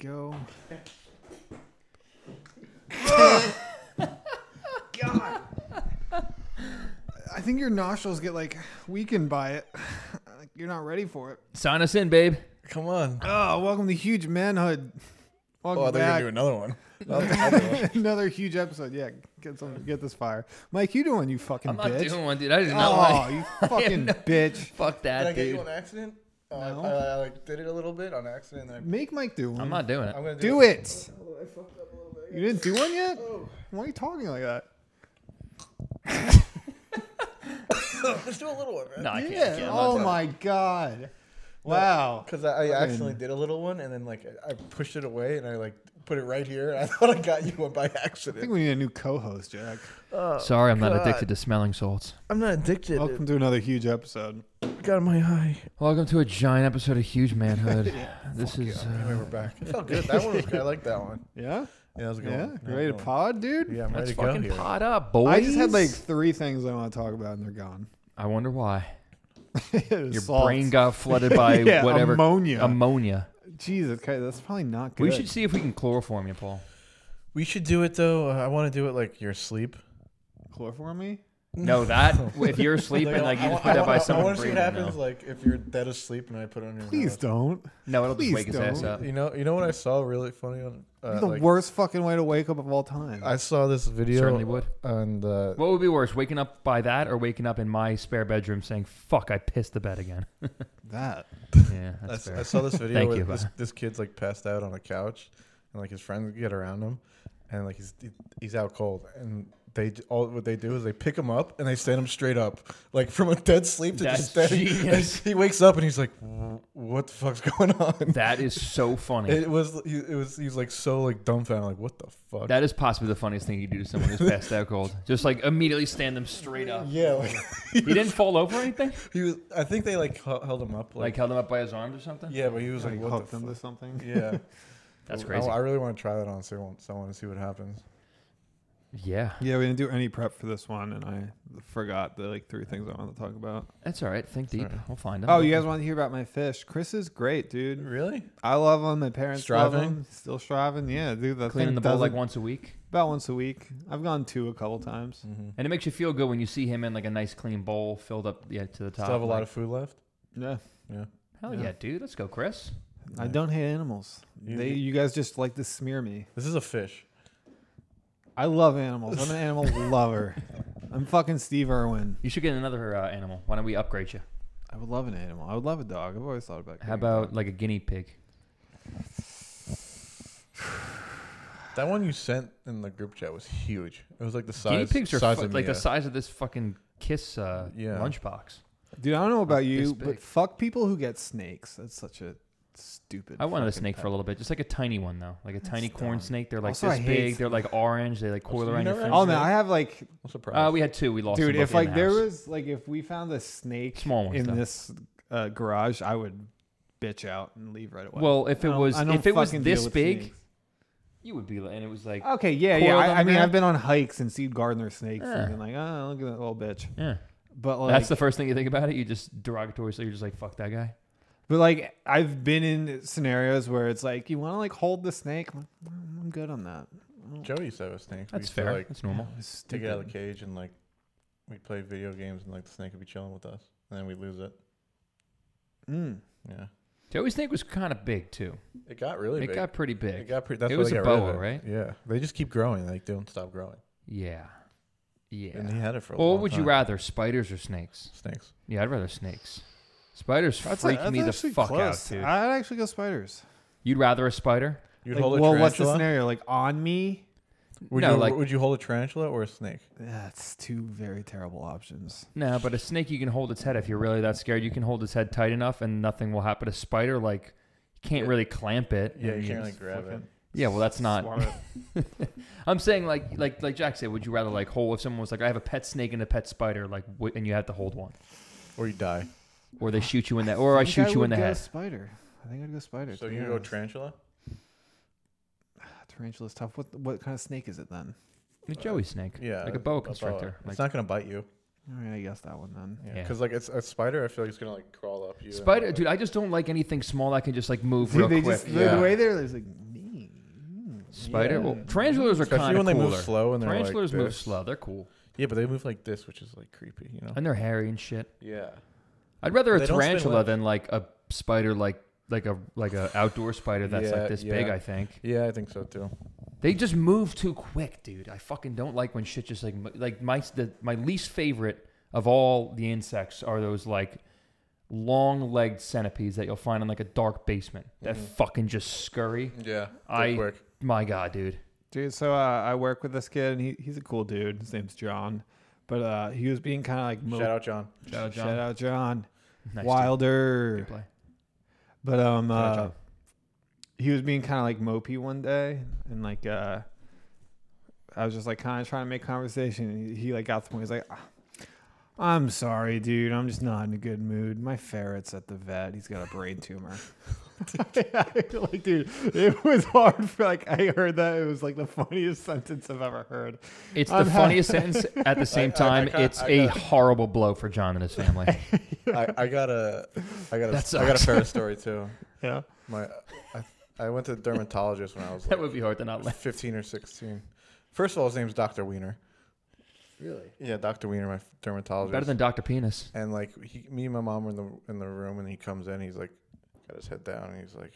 go. God. I think your nostrils get like weakened by it. Like, You're not ready for it. Sign us in, babe. Come on. Oh, welcome to huge manhood. Welcome Oh, I thought back. you were gonna do another one. Another one. Another huge episode. Yeah, get some, get this fire, Mike. You doing? You fucking I'm not bitch. doing one, dude. I did not oh, like. you fucking bitch. Fuck Did I that, get you dude. on accident? Oh, I- No. I, I, like did it a little bit on accident. And Make Mike do one. I'm not doing I, it. I'm gonna do, Do it. You didn't do one yet. Why are you talking like that? Let's do a little one, man. No, I can't. I yeah. can't. I'm not oh doing it. my god. Wow. Because I, I accidentally did a little one, and then like I I pushed it away, and I like put it right here. And I thought I got you one by I think accident. we need a new co-host, Jack. Sorry, I'm not addicted to smelling salts. I'm not addicted. Welcome to another huge episode. Got my eye. Welcome to a giant episode of Huge Manhood. this is uh, Anyway, we're back. It felt good. That one was good. I like that one. Yeah. Yeah, that was a good. Yeah. one. Great That was a good one. pod, dude. Yeah, I'm let's ready to go fucking here. pot up, boys. I just had like three things I want to talk about, and they're gone. I wonder why Your your brain got flooded by Yeah, whatever ammonia. Ammonia. Jesus, okay, that's probably not good. We should see if we can chloroform you, Paul. We should do it though. Uh, I want to do it like your sleep. chloroform me. No, that if you're sleeping, like you just put that by I someone want to see breathing. what happens No, like if you're dead asleep and I put it on your. Please mouth. don't. no it'll just Please wake his ass don't. up. You know, you know what I saw really funny on uh, the like, worst fucking way to wake up of all time. I saw this video Certainly would. on the What would be worse, waking up by that or waking up in my spare bedroom saying, "Fuck, I pissed the bed again." that. yeah, I, that's s- I fair. saw this video Thank where you, this, bye. this kid's like passed out on a couch and like his friends get around him and like he's he's out cold and they d- all what they do is they pick him up and they stand him straight up like from a dead sleep to just That's standing. genius. He wakes up and he's like, "Wh- "What the fuck's going on?" That is so funny. It was he, it was he's like so like dumbfounded like what the fuck That is possibly the funniest thing you do to someone who's passed out cold. Just like immediately stand them straight up. yeah like He didn't fall over or anything. he was I think they like hel- held him up Like like, held him up by his arms or something. yeah but he was like Like what hooked the them to fuck something. yeah That's I- crazy. oh, I, really want to try that on someone someone to see what happens Yeah, Yeah, we didn't do any prep for this one, and I forgot the like three things I wanted to talk about. that's all right. Think deep. We'll find him. Oh, you guys want to hear about my fish? Chris is great, dude. really I love him. My parents love Striving? him. Still striving. Yeah, dude. That cleaning thing the bowl like doesn't- once a week, about once a week. I've gone two a couple times. Mm-hmm. and it makes you feel good when you see him in like a nice clean bowl filled up yeah to the top. Still have a lot Like, of food left. Yeah, Yeah. hell yeah, dude. Let's go, Chris. I don't hate animals. You- they, you guys just like to smear me. This is a fish. I love animals. I'm an animal lover. I'm fucking Steve Irwin. You should get another uh, animal. Why don't we upgrade you? I would love an animal. I would love a dog. I've always thought about. How getting a dog. about like a guinea pig? That one you sent in the group chat was huge. It was like the size. guinea pigs are size fu- of like the Mia. size of this fucking kiss uh, Yeah. lunchbox. Dude, I don't know about this you, big. but fuck people who get snakes. That's such a stupid. I wanted a fucking snake for a pet. little bit, just like a tiny one though, like a tiny corn snake. They're like Also, I this hate big. They're like orange. They like coil you around your never had finger. Oh no, I have like, I'm surprised. Uh, we had two. We lost. dude. them both If like in the there house. was like if we found a snake Small ones, in though. this uh, garage, I would bitch out and leave right away. well, if I it don't- was I don't if it was fucking this deal with big, snakes. Ah, you would be. like- And it was like Okay, yeah, yeah. coiled I, on I mean, there. I've been on hikes and seen gardener snakes Yeah. and been like, oh, look at that little bitch. yeah. But like, That's the first thing you think about it. You just derogatory, so you're just like fuck that guy. But like I've been in scenarios where it's like you want to like hold the snake. I'm, like, "Mm, I'm good on that. Joey used to have a snake. we That's used to, fair. Like, That's normal. It's take it out of the stupid. cage and like we'd play video games and like the snake would be chilling with us and then we'd lose it. Mm. Yeah. Joey Snake was kind of big too. It got really It big. got pretty it big. got pretty. That's it why was they a got rid of boa, it. right? Yeah. They just keep growing. Like they don't stop growing. Yeah, And he yeah. had it for a Or long would you time. rather spiders or snakes? Snakes. Yeah, I'd rather snakes. Spiders freak me the actually fuck close. out, dude. I'd actually go spiders. You'd rather a spider? You'd Like, hold a well, what's the tarantula. scenario? Like on me? Would No, you like- would you hold a tarantula or a snake? That's two very terrible options. No, but a snake you can hold its head if you're really that scared. You can hold its head tight enough and nothing will happen. A spider like you can't really clamp it. Yeah, and you can't just- like grab it. fucking- Yeah, well that's not. Swallow it. I'm saying like like like Jack said, would you rather like hold if someone was like I have a pet snake and a pet spider like w- and you have to hold one Or you die. or they shoot you in the or I, think shoot you would in the go head. Spider. I think I'd go spider. So to be you go honest. tarantula? Tarantula's tough. What what kind of snake is it then? A Joey snake. Yeah. Like a boa constrictor. It's Like, not gonna bite you. All right, I guess that one then. Yeah, Yeah. because like it's a spider. I feel like it's gonna like crawl up you. and, spider like- dude, I just don't like anything small that can just like move Dude, real they quick. just Yeah. the way they're it's like. "Me." Spider. Yeah. Well, tarantulas are Especially kind of when they cooler. move slow and they're like tarantulas move this. slow. They're cool, Yeah, but they move like this, which is like creepy, you know. and they're hairy and shit. yeah. I'd rather They a don't spin tarantula webs. than like a spider, like like a like a outdoor spider that's Yeah, like this big. yeah. I think Yeah, I think so too. they just move too quick, dude. I fucking don't like when shit just like mo- like my the, my least favorite of all the insects are those like long-legged centipedes that you'll find in like a dark basement that fucking just scurry. Yeah. I- quick. My god, dude. Dude, so uh, I work with this kid, and he, he's a cool dude. His name's John, but uh, he was being kind of like mo- Shout out John. Shout out, John. Shout out John Nice, dude. Wilder. Good play. But um, Shout out, uh, John. he was being kind of like mopey one day, and like uh, I was just like kind of trying to make conversation. And he, he like got to the point. He's like, "Ah, "I'm sorry, dude. I'm just not in a good mood. My ferret's at the vet. He's got a brain tumor." like, dude, it was hard for like I heard that. It was like the funniest sentence I've ever heard. It's the I'm ha- funniest sentence. At the same I- I time, got- it's I a got- horrible blow for John and his family. I, I got a I got That a I got sucks. a fair story too. Yeah. My I, I went to the dermatologist when I was that like would be hard to not laugh. 15 or 16. First of all, his name's Dr. Wiener. Really? Yeah, Dr. Wiener, my dermatologist. Better than Dr. Penis. And like he, me and my mom were in the in the room, and he comes in. He's like, got his head down, and he's like,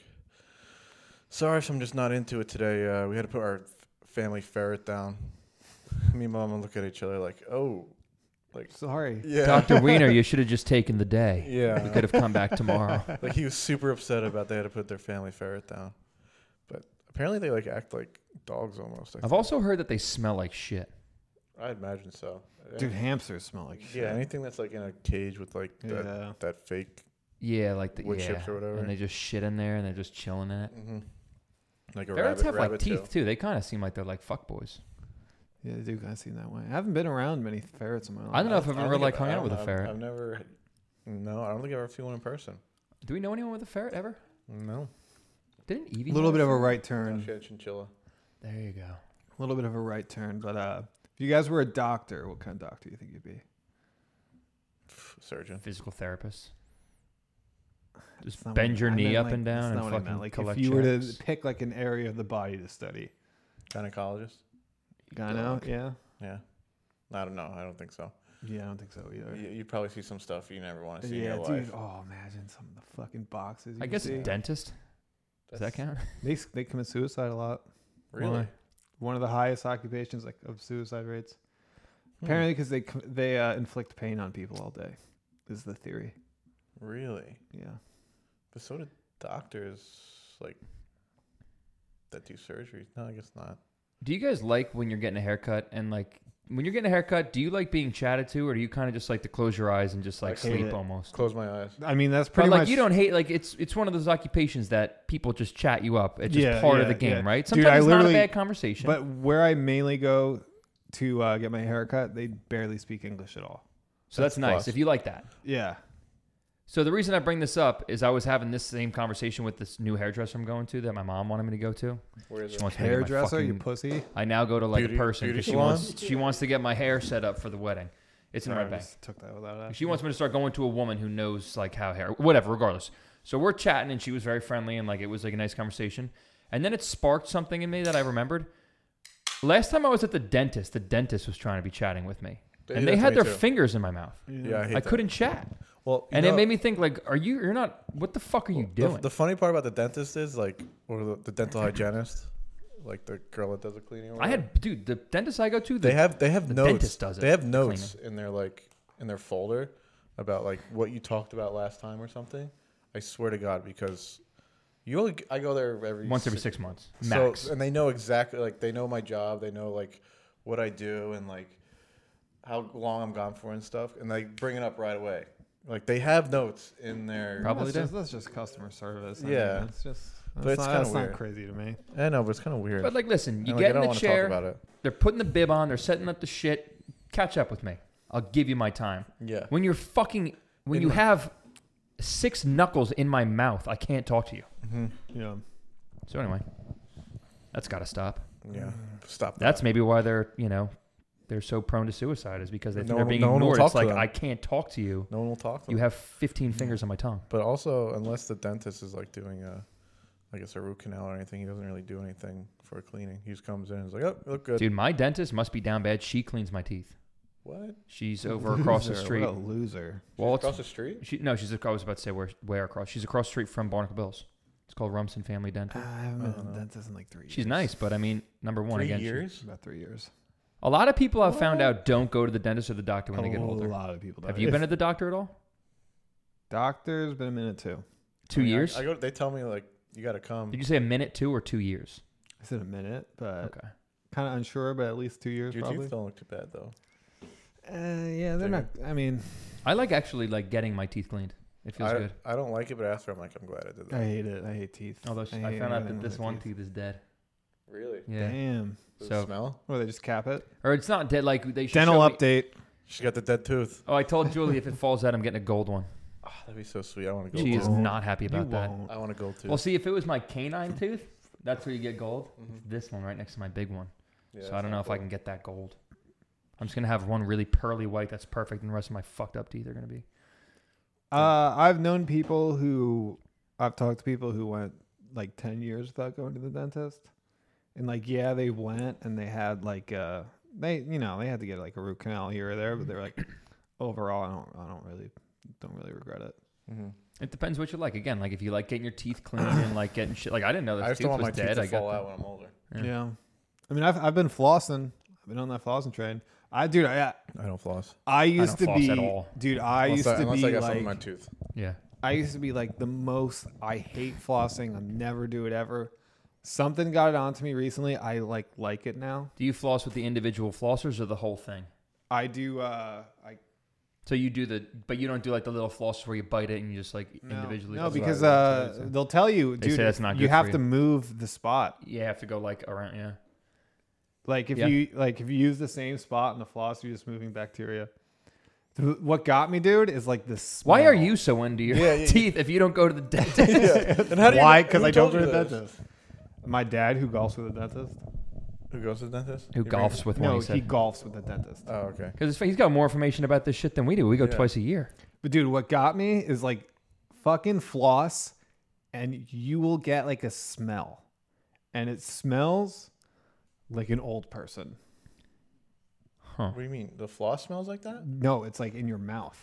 "Sorry, if I'm just not into it today. Uh, we had to put our f- family ferret down." me and my mom look at each other like, "Oh, like Sorry. yeah, Dr. Wiener, you should have just taken the day. We yeah." could have come back tomorrow. like he was super upset about they had to put their family ferret down, but apparently they like act like dogs almost. I I've think. also heard that they smell like shit. I imagine so. Dude, hamsters smell like shit. yeah, anything that's like in a cage with like that, Yeah. that fake Yeah, like the Wood yeah. chips or whatever. And they just shit in there and they're just chilling in it. mhm. like a Ferrets rabbit, have rabbit like tail. teeth too. They kind of seem like they're like fuck boys. Yeah, they do kind of seem that way. I haven't been around many ferrets in my life. I don't know if I've don't ever think like I've- hung I out don't with a know. I've- ferret. I've never. No, I don't think I've ever seen one in person. Do we know anyone with a ferret ever? No. Didn't A Evie? little have bit of a ferret? right Oh, turn. she had a chinchilla. There you go. A little bit of a right turn, but uh, if you guys were a doctor, what kind of doctor do you think you'd be? Pff, Surgeon. Physical therapist. Just It's not bend what- your I knee meant, up like- and down that's and not what I fucking meant. like collect if you were checks. to pick like an area of the body to study. Gynecologist. I know. Dog. Yeah. Yeah. I don't know. I don't think so. Yeah, I don't think so either. You, you probably see some stuff you never want to see Yeah, in your dude. life. Oh, imagine some of the fucking boxes. You I guess see. a dentist. Does that That's- count? they s- they commit suicide a lot. Really? Why? One of the highest occupations like of suicide rates. Hmm. Apparently 'cause Apparently, because they com- they uh, inflict pain on people all day, is the theory. Really? Yeah. But so did doctors, like, that do surgery. No, I guess not. Do you guys like when you're getting a haircut and like when you're getting a haircut, do you like being chatted to or do you kind of just like to close your eyes and just like I hate sleep it. almost? Close my eyes. I mean, that's But pretty like much. you don't hate like it's it's one of those occupations that people just chat you up. It's just Yeah, part of yeah, the game, yeah. right? Dude, Sometimes I it's not a literally- bad conversation. But where I mainly go to uh, get my haircut, they barely speak English at all. so that's, That's nice plus. if you like that. Yeah. So the reason I bring this up is I was having this same conversation with this new hairdresser I'm going to that my mom wanted me to go to. Where is She it? wants me to get my Hairdresser, you fucking- pussy. I now go to like Beauty- a person beauty because she salon? wants she wants to get my hair set up for the wedding. It's in Sorry, right I back. just took that without asking. She wants me to start going to a woman who knows like how hair, whatever. Regardless, so we're chatting and she was very friendly and like it was like a nice conversation. And then it sparked something in me that I remembered. Last time I was at the dentist, the dentist was trying to be chatting with me, They and do they that to had me their too. fingers in my mouth. Yeah, I hate I that. couldn't chat, Well, you and it know- made me think like, are you? You're not. What the fuck are you The- doing? The, funny part about the dentist is like, or the, the dental hygienist, like the girl that does the cleaning. Or I whatever, had dude, the dentist I go to, They the- have they have the notes. dentist does it, They have the notes in their like in their folder about like what you talked about last time or something. I swear to God, because you only I go there every once every six months so- max. and they know exactly like they know my job. They know like what I do and like how long I'm gone for and stuff. And they bring it up right away. Like they have notes in their. Probably that's do. just, that's just customer service. Yeah. It's just. That's it's not, kinda that's weird. not crazy to me. I know, but it's kind of weird. but like, listen, you And, like, get I don't in the wanna chair. talk about it. They're putting the bib on. They're setting up the shit. Catch up with me. I'll give you my time. Yeah. When you're fucking, when In you my- have six knuckles in my mouth, I can't talk to you. Yeah. So anyway, that's got to stop. Yeah. Mm-hmm. Stop. That's maybe why they're, you know, they're so prone to suicide is because they think No they're one- being no one will ignored. talk It's to like them. I can't talk to you. no one will talk to You them. have 15 fingers on my tongue. but also, unless the dentist is like doing a like it's a root canal or anything. He doesn't really do anything for cleaning. He just comes in and is like, oh, you look good. Dude, my dentist must be down bad. She cleans my teeth. What? She's over across the Loser, street. What a loser. Well, it's- Across the street? she, no, she's. I was about to say where, where across. She's across the street from Barnacle Bills. It's called Rumson Family I Dental. haven't been to the Uh, dentist in like three years. She's nice, but I mean, number one Three again. she- years? About three years. a lot of people I've found out don't go to the dentist or the doctor when a they get older. lot of people. Have you been at the doctor at all? Doctor's been a minute too. Two I mean, I- years? I, go. They tell me like you got to come. Did you say a minute, two, or two years? I said a minute, but Okay. kind of unsure. But at least two years Your probably. teeth don't look too bad though. Uh, yeah, they're Dude. not. I mean, I like actually like getting my teeth cleaned. It feels I, good. I don't like it, but after I'm like, I'm glad I did that. I hate it. I hate teeth. Although sh- I hate found out everything that with this my one teeth. teeth is dead. Really? Yeah. Damn. Does So- it smell? Or they just cap it. Or it's not dead. Like they should Dental show me- update. She got the dead tooth. Oh, I told Julie if it falls out, I'm getting a gold one. Oh, that'd be so sweet. I want to go. She is won't. not happy You about that. won't. I want to go too. Well, see, if it was my canine tooth, that's where you get gold. Mhm. This one right next to my big one. Yeah, so I that's don't not know if I cool. can get that gold. I'm just gonna have one really pearly white that's perfect, and the rest of my fucked up teeth are gonna be. Uh, I've known people who I've talked to people who went like ten years without going to the dentist, and like yeah, they went and they had like uh they you know they had to get like a root canal here or there, but they're like overall I don't I don't really don't really regret it. Mhm. It depends what you like. Again, like if you like getting your teeth clean and like getting shit. Like I didn't know I this just don't tooth want was my dead. teeth to I got fall the- out when I'm older. Yeah. Yeah, I mean I've I've been flossing. I've been on that flossing train. I dude I I don't floss. I used don't to floss be at all. dude I unless used I, to unless be I got something like in my tooth. yeah. I used to be like the most I hate flossing. I'll never do it ever. Something got it onto me recently. I like like it now. Do you floss with the individual flossers or the whole thing? I do uh I So you do the, but you don't do like the little flosses where you bite it and you just like no, individually. No, floss. because what I uh would say, so. they'll tell you, They dude, say that's not you good have for to you. move the spot. you have to go like around. Yeah. Like if Yeah. you like if you use the same spot in the floss, you're just moving bacteria. Th- What got me, dude, is like this. Why are you so into your Yeah, yeah, yeah. teeth if you don't go to the dentist? And how do you Why? know- Because who I don't told go you to the this? dentist. My dad, who golfs with a dentist, Who goes to the dentist? Who Your golfs with one? no, He he said. golfs with a dentist. Oh, okay. Because he's got more information about this shit than we do. We go Yeah. twice a year. But dude, what got me is like fucking floss and you will get like a smell. And it smells like an old person. Huh. What do you mean? The floss smells like that No, it's like in your mouth.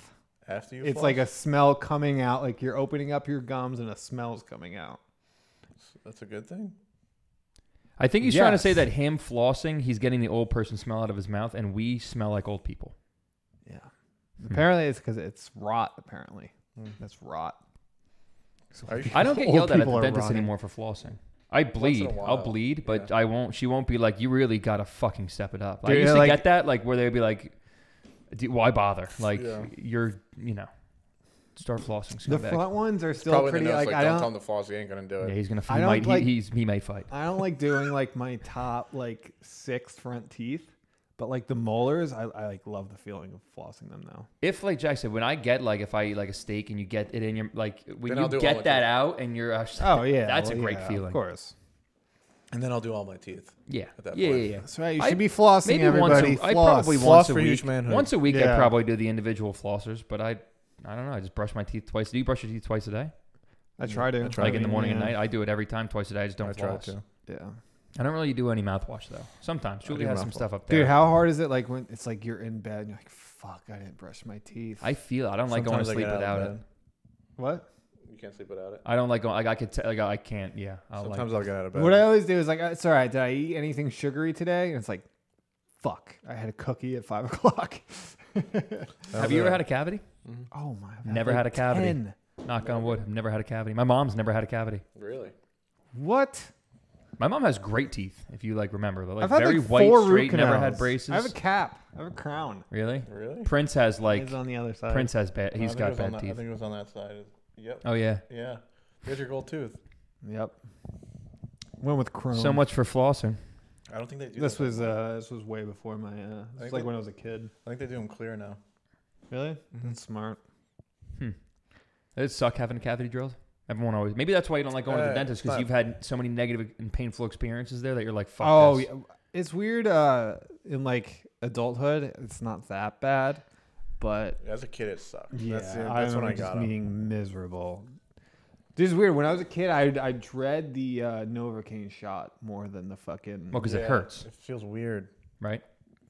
after you? It's floss? like a smell coming out, like you're opening up your gums and a smell's coming out. That's a good thing. I think he's trying to say Yes. that him flossing, he's getting the old person smell out of his mouth, and we smell like old people. Yeah. Hmm. Apparently it's because it's rot, apparently. Hmm. That's rot. Are you- I don't get Old yelled at at people the are dentist rotting. anymore for flossing. I bleed. I'll while, bleed, but yeah. I won't. She won't be like, "You really gotta fucking step it up." Dude, I used to like- get that, like where they'd be like, "D- "Why bother?" Like Yeah. you're, you know, start flossing. The scumbag. front ones are still Probably pretty the nose, like, I don't tell don't him the floss. He ain't gonna do yeah, it. he's gonna. I He don't might. like- he, he's, he may fight. I don't like doing like my top like six front teeth, but like the molars, I, I like love the feeling of flossing them now. If like Jack said, when I get like if I eat like a steak and you get it in your like when Then I'll do you it all get the that time. out and you're uh, actually, Oh yeah, that's a well, great yeah, feeling. Of course, And then I'll do all my teeth. Yeah. At that yeah, point. yeah, yeah. that's right. You I- should be flossing Maybe everybody. once. A, I Floss. probably Floss once a for week. huge manhood. Once a week, I Yeah. probably do the individual flossers, but I, I don't know. I just brush my teeth twice. Do you brush your teeth twice a day? I try to. I try Like in the morning and Yeah. night. I do it every time, twice a day. I just don't I try floss. to. Yeah, I don't really do any mouthwash though. Sometimes I Julie do has some mouthwash. stuff up there. dude, how hard is it? Like when it's like you're in bed and you're like, "Fuck, I didn't brush my teeth." I feel I don't like Sometimes I going to sleep get out without of it. bed. what? You can't sleep without it. I don't like going. Like I could. T- like I can't. Yeah. I'll Sometimes I'll get out of bed. What I always do is like, "It's all right. Did I eat anything sugary today?" And it's like, "Fuck, I had a cookie at five o'clock." like, have you ever had a cavity? oh my! I've Never had a cavity. 10. Knock on wood. I've never had a cavity. My mom's never had a cavity. Really? What? My mom has great teeth. If you like remember, they're like I've had very like white, four root straight. canals. Never had braces. I have a cap. I have a crown. really? Really? Prince has like It's on the other side. Prince has bad. No, I He's think it got was on bad that- I teeth. think it was on that side. Yep. Oh yeah. Yeah. Here's your gold tooth. Yep. Went with Chrome. So much for flossing. I don't think they do. This that. was uh, this was way before my. Uh, I this was think like that- when I was a kid. I think they do them clear now. Really? That's smart. Does it suck having cavity drills? Everyone always. Maybe that's why you don't like going to the Uh, dentist because but- you've had so many negative and painful experiences there that you're like, fuck. oh, this. yeah. it's weird. Uh, in like adulthood, it's not that bad, but As a kid, it sucked. yeah, that's, it. I that's when remember I just got 'em. being miserable. This is weird. When I was a kid, I I dread the uh, Novocaine shot more than the fucking Well, because Yeah, it hurts, It feels weird. right?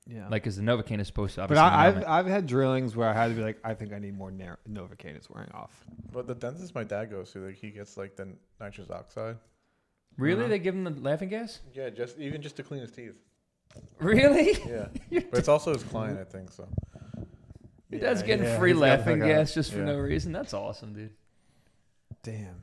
yeah. Like, because the Novocaine is supposed to but obviously. I, numb I've it. I've had drillings where I had to be like, I think I need more nar- Novocaine. It's wearing off. But the dentist my dad goes to, like he gets like the nitrous oxide. really, Uh-huh. they give him the laughing gas? Yeah, just even just to clean his teeth. Really? Yeah, but it's also his client, I think. So Your dad's Yeah, getting yeah, free he's got laughing fucking- gas just for yeah. no reason. That's awesome, dude. Damn.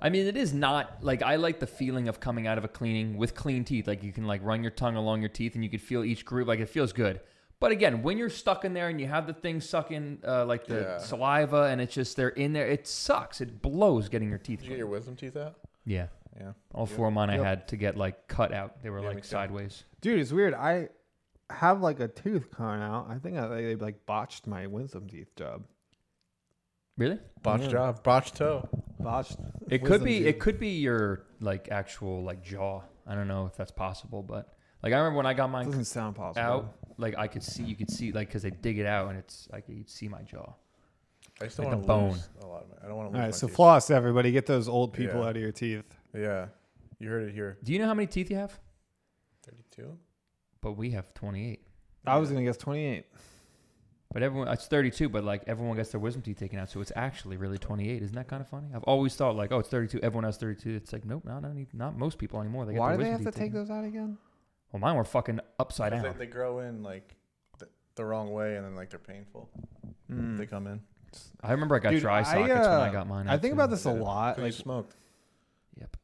I mean, it is not like I like the feeling of coming out of a cleaning with clean teeth. Like you can like run your tongue along your teeth and you can feel each groove. Like it feels good. But again, when you're stuck in there and you have the thing sucking uh, like the Yeah. saliva and it's just they're in there, it sucks. It blows getting your teeth. did you get your wisdom teeth out? cleaned. yeah, Yeah. all four of mine I Yep. had to get like cut out. They were Yeah, me like too. sideways. Dude, it's weird. I have like a tooth coming out. I think I, they like botched my wisdom teeth job. Really? Botched Yeah. job, botched toe. Botched. It could wisdom be. teeth. It could be your like actual like jaw. I don't know if that's possible, but like I remember when I got mine doesn't sound possible. out, like I could see. You could see like because they dig it out and it's like you'd see my jaw. I just don't Like a want to lose a lot. Of my, I don't All want to lose right, my so teeth. floss, everybody. Get those old people Yeah. out of your teeth. yeah, you heard it here. Do you know how many teeth you have? Thirty-two. But we have 28. I was gonna guess 28. But everyone, it's 32, but like everyone gets their wisdom teeth taken out. So it's actually really 28. Isn't that kind of funny? I've always thought like, oh, it's 32. Everyone has 32. It's like, nope, not, not, even- not most people anymore. They get Why their do they wisdom have to teeth taken take those out again? out. Well, mine were fucking upside 'Cause down. They, they grow in like the, the wrong way, and then like they're painful. Mm. Hmm. They come in. I remember I got Dude, dry I, sockets when I uh, got mine. I out, think too. about this a lot. 'Cause Uh, Like, you smoked. Yep.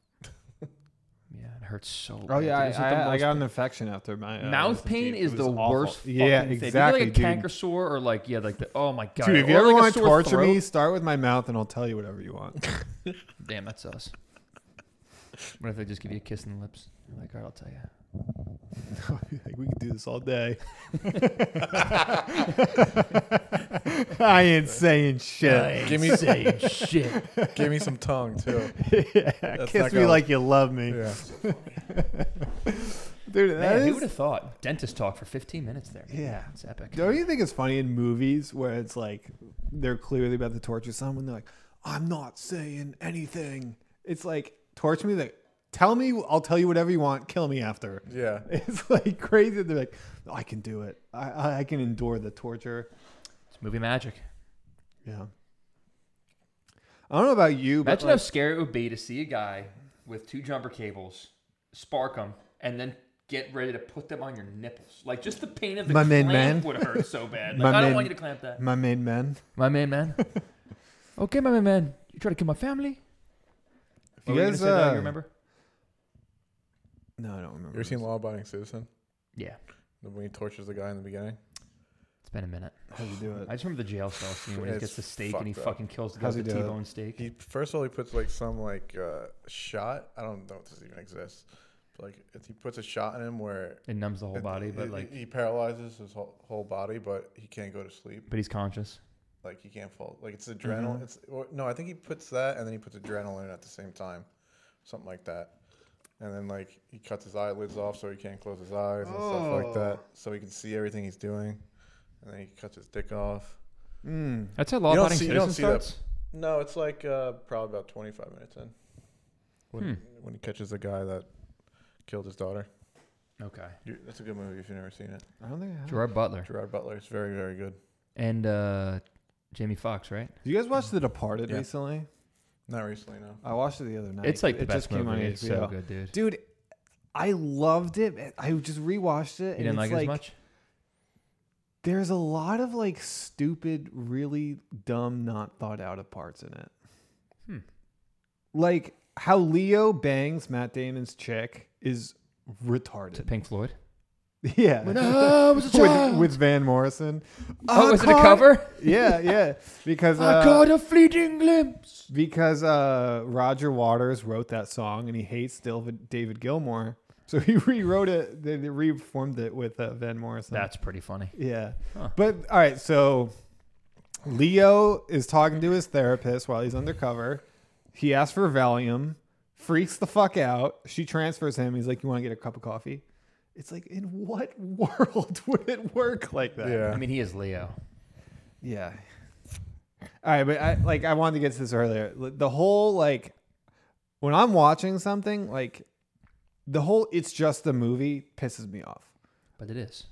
yeah, it hurts so. oh bad, yeah, dude. It's like the I, I, I most got an infection after my uh, Mouth wisdom pain teeth. is It the was awful. worst. Fucking Yeah, thing. exactly, If you get, like a dude. canker sore or like yeah, like the oh my god. Dude, if you or ever like a want to sore torture throat. me, start with my mouth, and I'll tell you whatever you want. damn, that's us. What if they just give you a kiss on the lips? You're like, all right, I'll tell you. like, we could do this all day. I ain't saying shit. Give me, Say shit. give me some tongue too. yeah, not kiss me gonna- like you love me, Yeah. dude. that Man, who is- would have thought? Dentist talk for 15 minutes there. Yeah. It's epic. Don't you think it's funny in movies where it's like they're clearly about to torture someone? They're like, "I'm not saying anything." It's like torture me. Like, tell me, I'll tell you whatever you want. Kill me after. Yeah. It's like crazy. They're like, "I can do it. I I, I can endure the torture." It's movie magic. Yeah. I don't know about you, but Imagine how like, scary it would be to see a guy with two jumper cables, spark them, and then get ready to put them on your nipples. Like just the pain of the My main clamp man. would hurt so bad. My Like, I don't main- want you to clamp that. my main man. My main man. okay, my main man. You try to kill my family? You What were guys, gonna Doug? uh, Oh, you remember? No, I don't remember. You ever seen Law Abiding Citizen? Yeah, When he tortures the guy in the beginning. it's been a minute. how you do it. I just remember the jail cell scene when he It's gets the steak and he fucked up. fucking kills the guy How's with the he do it? T-bone steak. He first of all he puts like some like uh, shot. I don't know if this even exists. But, like if he puts a shot in him where It numbs the whole body, but he- like, he paralyzes his whole, whole body, but he can't go to sleep. but he's conscious. Like he can't fall. Like it's Mm-hmm. adrenaline. It's or, no, I think he puts that and then he puts adrenaline at the same time, something like that. And then like he cuts his eyelids off so he can't close his eyes and stuff like that, Oh. so he can see everything he's doing. And then he cuts his dick off. Mm. That's how Law You don't Abiding see- you don't Citizen see that. starts. No, it's like uh, probably about 25 minutes in when, Hmm. when he catches the guy that killed his daughter. Okay, You- That's a good movie if you've never seen it. I don't think I have. Gerard Butler Gerard Butler. It's very, very good. and uh, Jamie Foxx, right? Did you guys watch The Departed Yeah. recently? Not recently, no. Oh, I watched it the other night. It's like the it best just came movie. on it's HBO. so good, dude. dude i loved it i just rewatched it You and didn't it's like like, it as much? there's a lot of like stupid really dumb not thought out of parts in it Hmm. like how leo bangs matt damon's chick is To retarded Pink Floyd. yeah I was with, with van morrison oh, I was it a caught- cover? yeah yeah because I uh, caught a fleeting glimpse. because uh, Roger Waters wrote that song and he hates David, David Gilmour, so he rewrote it. They, they reformed it with uh, Van Morrison. That's pretty funny. yeah. Huh. But all right, so Leo is talking to his therapist while he's undercover. He asks for Valium, freaks the fuck out. She transfers him. He's like, "You want to get a cup of coffee?" It's like, in what world would it work like that? Yeah. I mean, he is Leo. Yeah. All right, but I like I wanted to get to this earlier. L- The whole like when I'm watching something, like the whole it's just a movie pisses me off. But it is.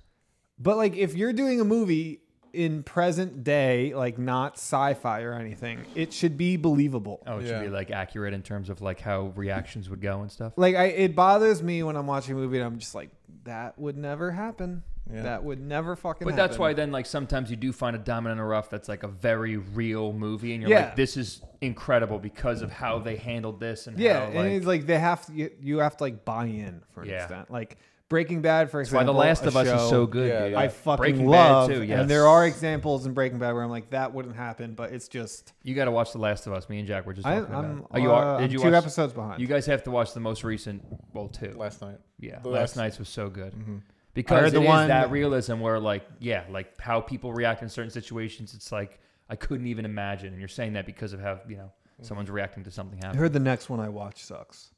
But like if you're doing a movie in present day, like not sci-fi or anything, it should be believable. Oh, it Yeah. should be like accurate in terms of like how reactions would go and stuff. Like I it bothers me when I'm watching a movie and I'm just like that would never happen. Yeah. That would never fucking But happen. that's why then like sometimes you do find a diamond in a rough that's like a very real movie and you're Yeah. like this is incredible because of how they handled this and Yeah, how, like, and it's like they have to, you, you have to like buy in for an Yeah. extent. Like Breaking Bad, for why example. The Last a of Us is show so good. Yeah, dude. I fucking Breaking love. Bad too. Yeah, And there are examples in Breaking Bad where I'm like, that wouldn't happen, but it's just You got to watch The Last of Us. Me and Jack were just I, talking about. I'm. it. oh, you uh, are. Did I'm you two watch? episodes behind? You guys have to watch the most recent. Well, two. last night. yeah, the last last- night's was so good Mhm. heard because the it is one- that realism where like yeah, like how people react in certain situations. It's like I couldn't even imagine, and you're saying that because of how you know Mm. someone's reacting to something I happening. heard the next one I watch sucks.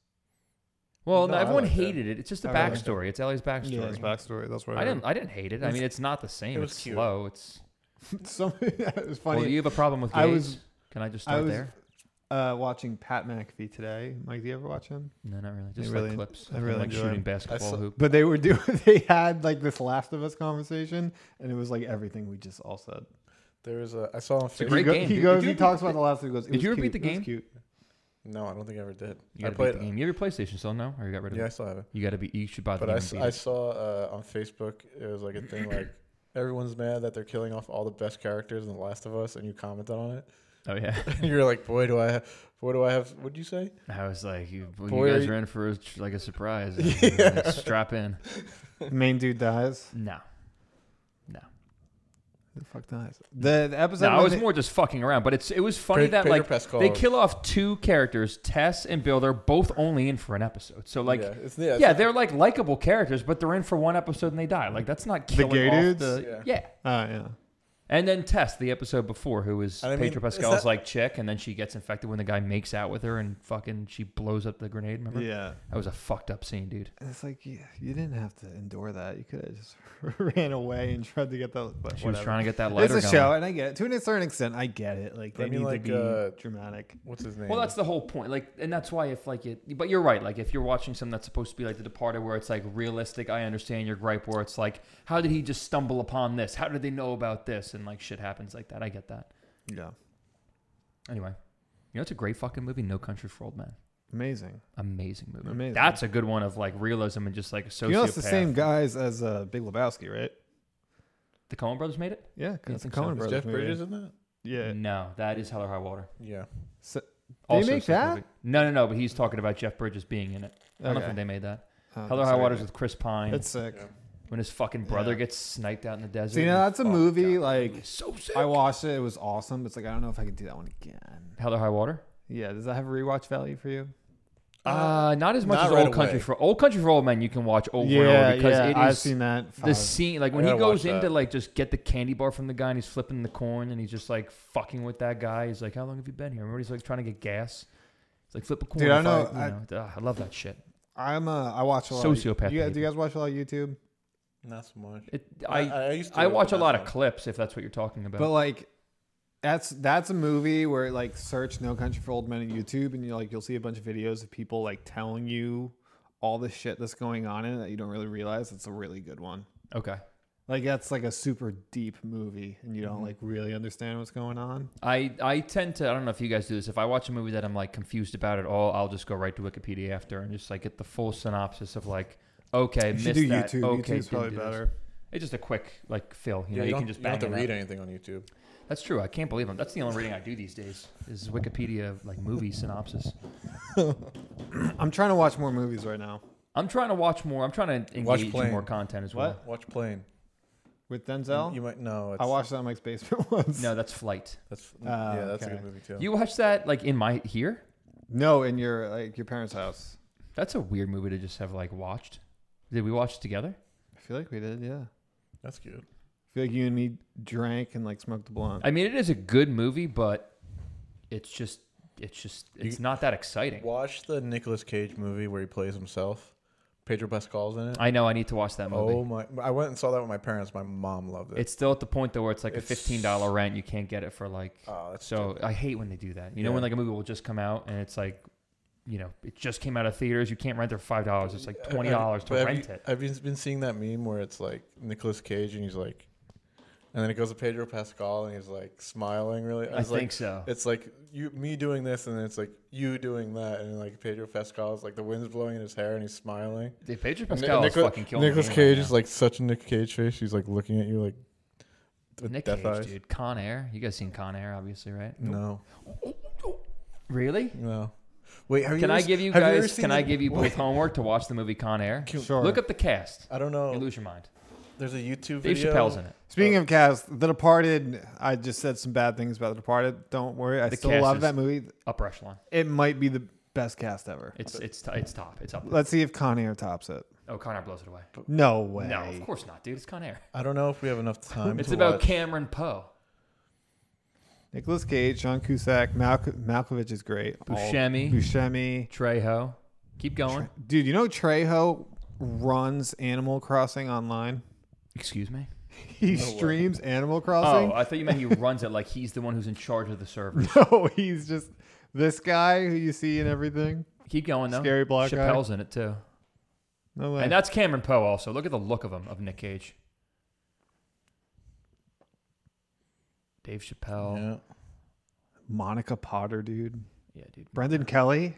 Well, No, no, I everyone liked it. hated it. It's just the I really liked it. backstory. It's Ellie's backstory. backstory. That's what I didn't. I didn't hate it. I It's- mean, it's not the same. it was it's cute. slow. It's. Some, it was Well, funny. you have a problem with gays. I was- Can I just I start was there? uh, watching Pat McAfee today. Mike, do you ever watch him? No, not really. Just really- like clips. I of him, really like enjoy shooting him. basketball saw- hoop. But they were doing. They had like this Last of Us conversation, and it was like everything we just all said. There was a I saw a on Facebook. he, great go- game, he dude. goes. Did you He ever talks beat about the Last of Us. It did was you ever beat cute. the It was game? cute. No, I don't think I ever did. You I gotta beat played. the game. You have your PlayStation still now, or you got rid of Yeah, I it? still have it. You gotta be. You should buy the But I, game. s- and I beat it. saw uh, on Facebook it was like a thing like everyone's mad that they're killing off all the best characters in The Last of Us, and you commented on it. oh yeah. And you're like, boy, do I, have, boy, do I have? What'd you say? I was like, you, well, Boy, you guys you- are in for a, tr- like a surprise. yeah. strap in. Main dude dies. No. No. Who The fuck dies. The, the episode. No, I when was they- more just fucking around. But it's it was funny Pe- that Pedro like Pascal. they kill off two characters, Tess and Bill. They're both only in for an episode. So like. yeah, Yeah. it's, yeah, it's like- they're like likable characters, but they're in for one episode and they die. Like that's not killing gay off dudes? the yeah. Oh yeah. And then Tess, the episode before, who is And I mean, Pedro is Pascal's that- like chick, and then she gets infected when the guy makes out with her, and fucking she blows up the grenade. Remember? Yeah. That was a fucked up scene, dude. And it's like you, you didn't have to endure that. You could have just ran away and tried to get that. But She was whatever. trying to get that It's lighter a going. show, and I get it. To a certain extent, I get it. Like But I they mean, need like, to be uh, dramatic. What's his name? Well, that's the whole point. Like, and that's why if like it, but you're right. Like, if you're watching something that's supposed to be like The Departed, where it's like realistic, I understand your gripe. Where it's like, how did he just stumble upon this? How did they know about this? And like shit happens like that. I get that. Yeah, Anyway, you know it's a great fucking movie. No Country for Old Men. amazing. Amazing movie. Amazing. That's a good one of like realism and just like a sociopath. You know, it's the same guys as uh, Big Lebowski, right? The Coen Brothers made it. Yeah, 'cause I it's the think so. Coen Is is Brothers Jeff movie. Bridges in that. Yeah, No, that is Hell or High Water. Yeah, So- They Also make some that? movie- No, no, no. But he's talking about Jeff Bridges being in it. I don't Okay. think they made that. Oh, Hell or that's High right. Water's with Chris Pine. It's sick. Yeah. when his fucking brother Yeah. gets sniped out in the desert. So you know, that's a movie like so sick. I watched it. It was awesome. But it's like I don't know if I could do that one again. Hell or High Water? Yeah, does that have rewatch value for you? Uh, Uh, not as much not as right Old Country away. for Old Country for Old Men. You can watch over and yeah, over because yeah. it is I've seen that. the five- scene. Like I when he gotta goes watch that. into like just get the candy bar from the guy and he's flipping the corn and he's just like fucking with that guy. He's like, "How long have you been here?" Remember, he's like trying to get gas. He's like, "Flip a corn." Dude, I if know- you I- ugh, I love that shit. I'm uh, I watch a lot. Sociopath Of, you guys, do behavior. you guys watch a lot of YouTube? not so much. It, I used I do it, watch but a not lot so of much. clips if that's what you're talking about. But like, that's that's a movie where like search "No Country for Old Men" on YouTube, and you like you'll see a bunch of videos of people like telling you all the shit that's going on in it that you don't really realize. It's a really good one. okay. Like that's like a super deep movie, and you don't Mm-hmm. like really understand what's going on. I, I tend to I don't know if you guys do this. If I watch a movie that I'm like confused about at all, I'll just go right to Wikipedia after and just like get the full synopsis of like okay, You missed should do that. YouTube. Okay, YouTube's didn't probably do this. better. It's just a quick like fill. You Yeah, know, you, don't- can just don't bang have to it read out. anything on YouTube. That's true. I can't believe them. That's the only reading I do these days is Wikipedia like movie synopsis. I'm trying to watch more movies right now I'm trying to watch more. I'm trying to Watch engage in Plane. more content as well. What? Watch Plane. with Denzel. You might know. I watched that in Mike's basement once. No, that's Flight. That's Oh, yeah, that's okay. a good movie too. uh, You watch that like in my here? no, in your like your parents' house. That's a weird movie to just have like watched. Did we watch it together? I feel like we did. Yeah, I that's good. feel like you and me drank and like smoked a blunt. I mean, it is a good movie, but it's just it's just it's not that exciting. Watch the Nicolas Cage movie where he plays himself, Pedro Pascal's in it. I know I need to watch that movie. oh my! I went and saw that with my parents. My mom loved it. It's still at the point though where it's like It's- a fifteen dollar rent. You can't get it for like. oh, that's so stupid. I hate when they do that. You know when Yeah. like a movie will just come out and it's like, you know, it just came out of theaters. You can't rent it for five dollars. It's like Have- twenty dollars to Uh, but have rent you- it. Have you been seeing that meme where it's like Nicolas Cage and he's like, and then it goes to Pedro Pascal and he's like smiling really. I was think like, so. It's like you, me doing this, and then it's like you doing that, and like Pedro Pascal is like the wind's blowing in his hair and he's smiling. Dude, Pedro And Ni- Pascal is Nicola- fucking killing Nicolas the game Cage right is like such a Nick Cage face. He's like looking at you like now. with Nick death Cage, eyes. dude. Con Air. You guys seen Con Air, obviously, right? No, Really? no. Wait, have Can you I ever- give you have ever guys? seen can I the- give you both Wait, homework to watch the movie Con Air? can- Sure. Look up the cast. I don't You know. lose your mind. There's a YouTube Dave Oh. video. Chappelle's in it. Speaking of cast, The Departed. I just said some bad things about The Departed. Don't worry, I The still cast love is- that movie. Upper echelon. It might be the best cast ever. It's it's t- it's top. It's up. there. Let's see if Con Air tops it. Oh, Con Air blows it away. No way. No, of course not, dude. It's Con Air. I don't know if we have enough time. It's to about watch. Cameron Poe. Nicholas Cage, John Cusack, Malk- Malkovich is great. All- Buscemi. Buscemi. Trejo. Keep going. Dude, you know Trejo runs Animal Crossing online? Excuse me. He way. streams Animal Oh, Crossing? I thought you meant he runs it like he's the one who's in charge of the server. No, he's just this guy who you see in everything. Keep going though. Scary black guy. Chappelle's in it too, No way. and that's Cameron Poe also. Look at the look of him of Nick Cage. Dave Chappelle. Yeah, Yeah. Monica Potter, dude. dude. Brendan Kelly.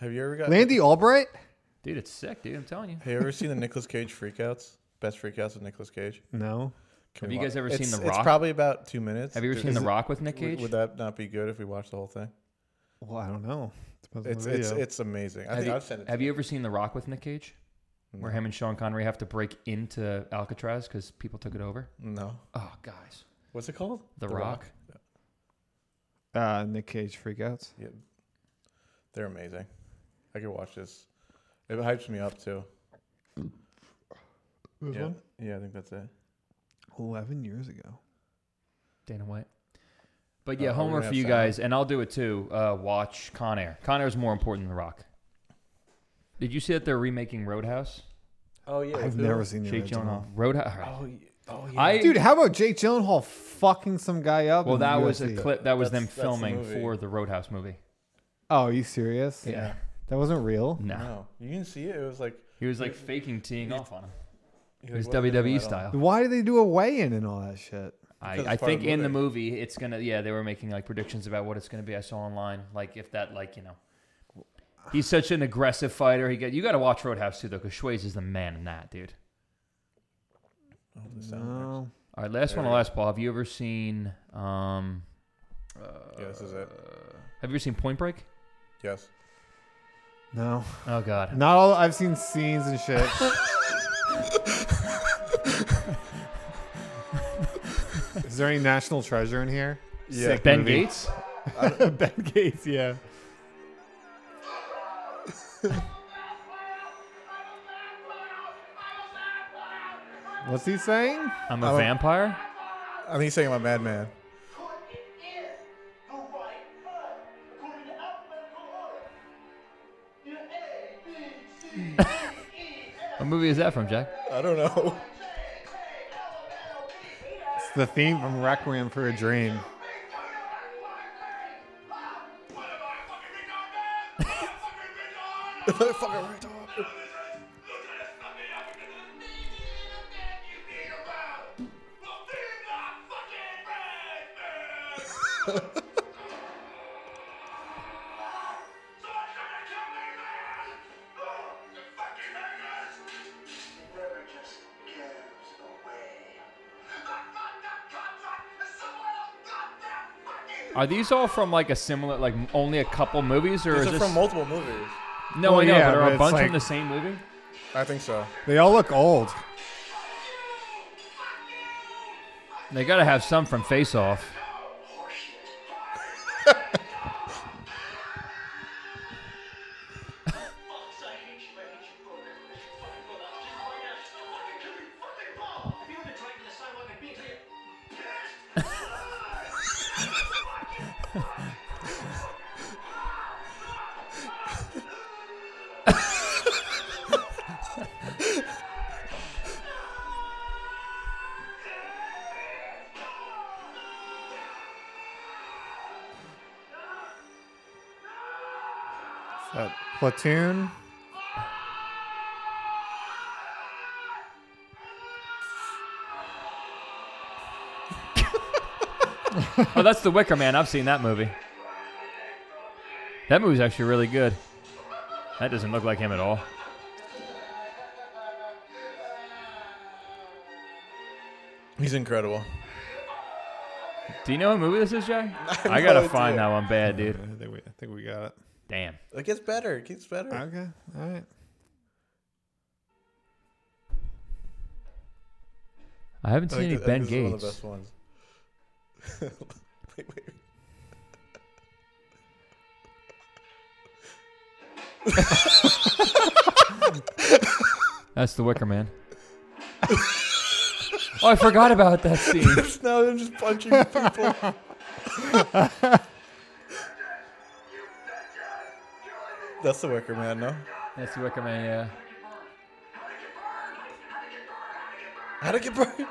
Have you ever got Landy Albright? Dude, it's sick, dude. I'm telling you. Have you ever seen the Nicolas Cage freakouts? Best freakouts with Nicolas Cage. No. Can Have we you wa- guys ever seen It's- The It's Rock? probably about two minutes. Have you ever Is seen The it- Rock with Nick would- Cage? Would that not be good if we watched the whole thing? Well, I don't know. Depends on It's the it's video. it's amazing. Have I think you- I've sent it. Have to you ever seen The Rock with Nick Cage, No. where him and Sean Connery have to break into Alcatraz because people took it over? No. Oh, guys, What's it called? The, Rock. uh, Nick Cage freakouts. Yeah. They're amazing. I could watch this. It hypes me up too. This Yeah. one? yeah, I think that's it. 11 years ago. Dana White. But Uh, yeah, are we homework gonna for have you sound? guys, and I'll do it too. Uh, watch Con Air. Con Air is more important than The Rock. Did you see that they're remaking Roadhouse? Oh yeah. I've never seen the Jake original. Gyllenhaal. Roadhouse. all right. Oh, yeah. oh yeah. I Dude, how about Jake Gyllenhaal fucking some guy up? well, in the that was a UFC? clip. That was That's- them that's the filming movie. for the Roadhouse movie. Oh, are you serious? That wasn't real? No. No, you didn't see it. It was like He was like faking teeing off on him. he It was wasn't in it WWE at all. style. Why did they do a weigh in and all that shit? I, Because I it's part of think the in the movie it's gonna yeah they were making like predictions about what it's gonna be I saw online like if that like you know he's such an aggressive fighter he got you got to watch Roadhouse too though because Schweiz is the man in that dude Oh, the sound works. No. all right last one There and you last Paul have you ever seen um uh, Yeah, this is it. have you ever seen Point Break Yes. No. oh god Not all I've seen scenes and shit. Is there any national treasure in here? Yeah. Sick Ben movie. Gates ben Gates, yeah. What's he saying? I'm a I'm a- vampire I think he's saying I'm a madman. what movie is that from Jack I don't know. It's the theme from Requiem for a Dream. are these all from like a similar like only a couple movies or These is are this from multiple movies. no Well, I know yeah, but but are a it's bunch like- from the same movie I think so. They all look old. They gotta have some from Face Off. Platoon. Oh, that's The Wicker Man. I've seen that movie. That movie's actually really good. That doesn't look like him at all. He's incredible. Do you know what movie this is, Jay? have I gotta no find idea. that one bad, dude. I think we, I think we got it. Damn. It gets better. It gets better. Okay. All right. I haven't I seen think any th- I Ben think this is one of Gates. the best ones. Wait, wait. That's The Wicker Man. oh, I forgot about that scene. now they're just punching people. That's the Wicker Man, no? That's The Wicker Man, yeah. How to get burned?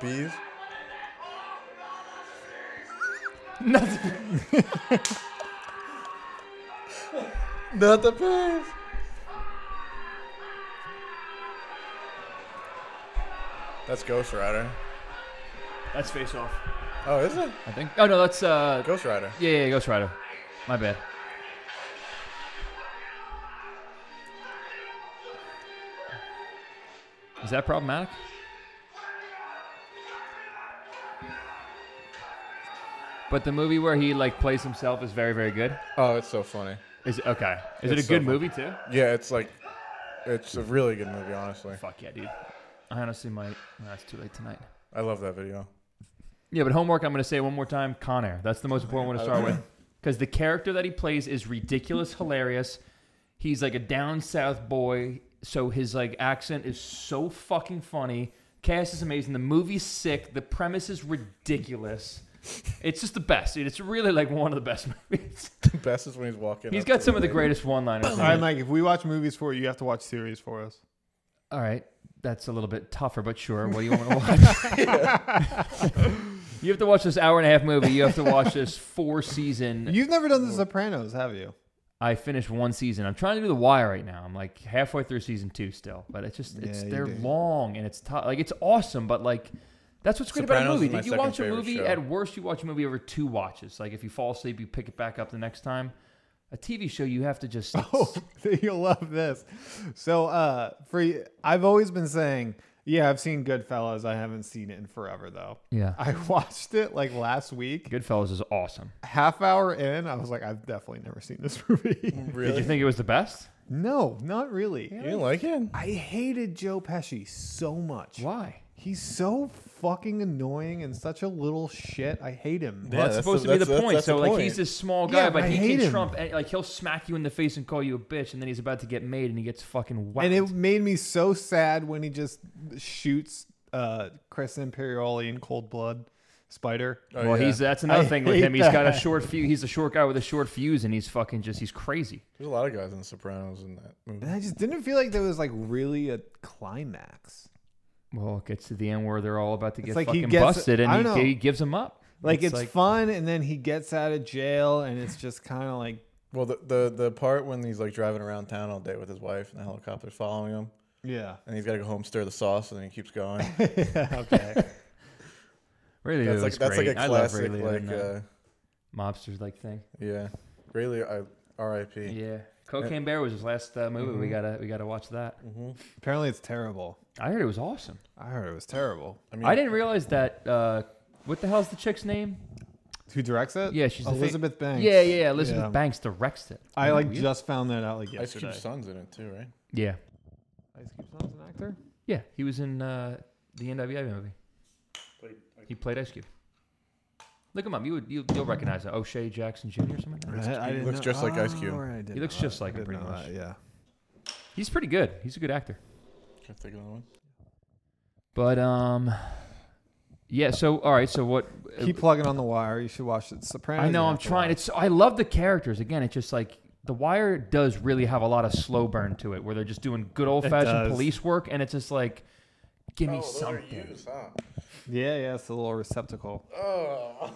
Bees? Nothing. Not the bees! That's Ghost Rider. That's Face Off. Oh, is it? I think. Oh, no, that's. uh Ghost Rider. Yeah, yeah, yeah, Ghost Rider. My bad. Is that problematic? But the movie where he like plays himself is very, very good. Oh, it's so funny. Is it, okay? Is it It's a so good fun. movie too? Yeah, it's like, it's a really good movie, honestly. Fuck yeah, dude. I honestly might. No, it's too late tonight. I love that video. Yeah, but homework. I'm going to say one more time. Con Air. That's the most important one to start with, because the character that he plays is ridiculous, hilarious. He's like a down south boy, so his like accent is so fucking funny. Cast is amazing. The movie's sick. The premise is ridiculous. It's just the best. dude. It's really like one of the best movies. The best is when he's walking. He's up got to some of the lady. greatest one-liners. in All right, it. Mike. If we watch movies for you, you have to watch series for us. All right, that's a little bit tougher, but sure. What do you want to watch? you have to watch this hour and a half movie. You have to watch this four season. You've never done The Sopranos, have you? I finished one season. I'm trying to do The Wire right now. I'm like halfway through season two still, but it's just it's Yeah, you they're do. long and it's tough. Like it's awesome, but like that's what's great about Sopranos a is my movie. You second watch a favorite movie show. at worst, you watch a movie over two watches. Like if you fall asleep, you pick it back up the next time. A TV show, you have to just Oh, you'll love this. So, uh, for y- I've always been saying, yeah, I've seen Goodfellas. I haven't seen it in forever though. yeah. I watched it like last week. Goodfellas is awesome. Half hour in, I was like, I've definitely never seen this movie. Really? Did you think it was the best? no, not really. You didn't like it? I hated Joe Pesci so much. Why? He's so fucking annoying and such a little shit. I hate him. Well, Yeah, that's, that's supposed the- to be the that's- that's- point. that's so the like point. he's this small guy, Yeah, but I he hate can him. trump. eh, Like he'll smack you in the face and call you a bitch, and then he's about to get made, and he gets fucking whacked. And it made me so sad when he just shoots uh, Chris Imperioli in cold blood. Spider. Oh, well, yeah. he's that's another I thing with hate him. He's got a that. short fuse. He's a short guy with a short fuse, and he's fucking just he's crazy. There's a lot of guys in Sopranos in that movie. And I just didn't feel like there was like really a climax. Well, it gets to the end where they're all about to get like he fucking gets- busted, I and don't he, know. he gives them up. Like it's, fun, and then he gets out of jail, and it's just kind of like Well, the, the the part when he's like driving around town all day with his wife and the helicopter's following him, yeah, and he's got to go home stir the sauce, and then he keeps going. okay. really That's like that's like a classic like uh, uh, mobsters like thing. yeah. Really, I R.I.P. Yeah, Cocaine Bear was his last uh, movie. We gotta we gotta watch that. Apparently, it's terrible. I heard it was awesome. I heard it was terrible. I I, mean, didn't realize that. Uh, what the hell's the chick's name? Who directs it? Yeah, she's the fa- Elizabeth Banks. Yeah, yeah, yeah, Elizabeth Yeah. Banks directs it. I like Weird. just found that out like Ice yesterday. Cube Sun's in it too, right? yeah, Ice Cube Son's an actor. yeah. He was in uh, the NWA movie. He played Ice Cube. Look him up. You would you, you'll recognize him. O'Shea Jackson Jr. or something. Like that. I, I He didn't looks know- just like Ice Oh, Cube. right, I did He looks know just that. like I him, did pretty know much. that, Yeah. He's pretty good. He's a good actor. Can I take another one? But um, yeah. So all right. So what? uh, Keep plugging on the wire. You should watch it. Sopranos. I know. you I'm have to trying. watch. It's. I love the characters. Again, it's just like The Wire does really have a lot of slow burn to it, where they're just doing good old fashioned does. police work, and it's just like, give me something. Yeah, yeah, it's a little receptacle. Oh.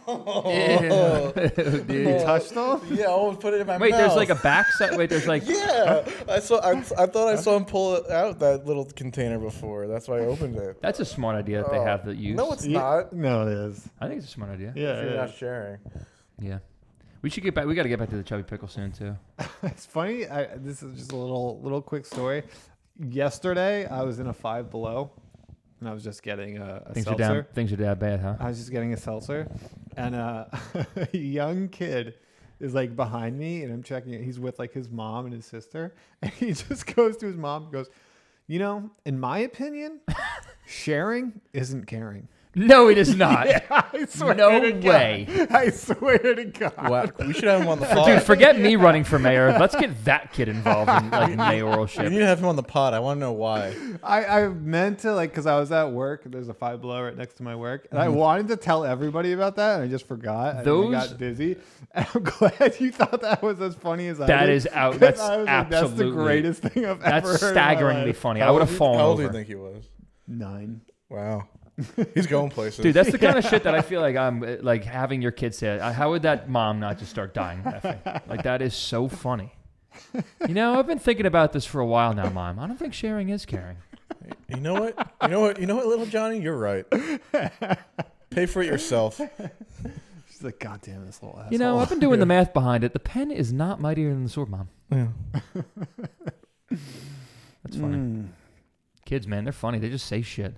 Ew, dude. You touched them? Yeah, I almost put it in my Wait, mouth. there's like a backside. Wait, there's like Yeah, I saw. I, I thought I saw him pull it out that little container before. That's why I opened it. that's a smart idea that they Oh. have that use. No, it's not. No, it is. I think it's a smart idea. Yeah, If you're it not is. sharing. Yeah. We should get back. We got to get back to the chubby pickle soon too. it's funny. I, this is just a little little quick story. Yesterday, I was in a five below, and I was just getting a, a Things seltzer. are down. Things are down bad, huh? I was just getting a seltzer, and uh, a young kid is like behind me, and I'm checking it. He's with like his mom and his sister, and he just goes to his mom and goes, "You know, in my opinion, sharing isn't caring." No, it is not. I swear No to God. way. I swear to God. Wow, we should have him on the Dude, pod. forget me running for mayor. Let's get that kid involved in like We mayoralship. need to have him on the pod. I want to know why. I, I meant to like because I was at work. There's a five below right next to my work, and I Mm-hmm. wanted to tell everybody about that, and I just forgot. and Those- I got busy. And I'm glad you thought that was as funny as I. That did, is out- 'cause that's I was That's the absolutely- greatest thing I've ever. That's heard in my staggeringly life." funny. How I would old have do you- fallen How old do you over. think he was? Nine. Wow, he's going places. Dude, that's the kind of shit that I feel like I'm uh, like having your kid say. uh, How would that mom not just start dying laughing? Like that is so funny. You know, I've been thinking about this for a while now, mom. I don't think sharing is caring. You know what? You know what? You know what, little Johnny? You're right. Pay for it yourself. She's like, God damn this little asshole. You know, I've been doing the math behind it. The pen is not mightier than the sword, mom. Yeah. That's funny. Hmm. Kids, man, they're funny. They just say shit.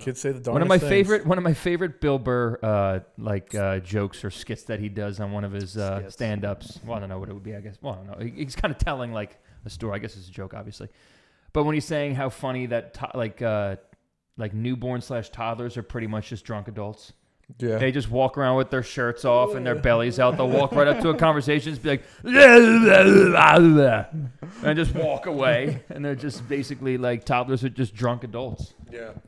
Kids say the darnest one of my things. favorite, one of my favorite Bill Burr uh, like uh, jokes or skits that he does on one of his uh, Skits. stand-ups. Well, I don't know what it would be. I guess. Well, I don't know. He- He's kind of telling like a story. I guess it's a joke, obviously. But when he's saying how funny that to- like uh, like newborn slash toddlers are pretty much just drunk adults. Yeah. They just walk around with their shirts off and their bellies out. They'll walk right up to a conversation, just be like, and just walk away. And they're just basically like toddlers are just drunk adults. Yeah.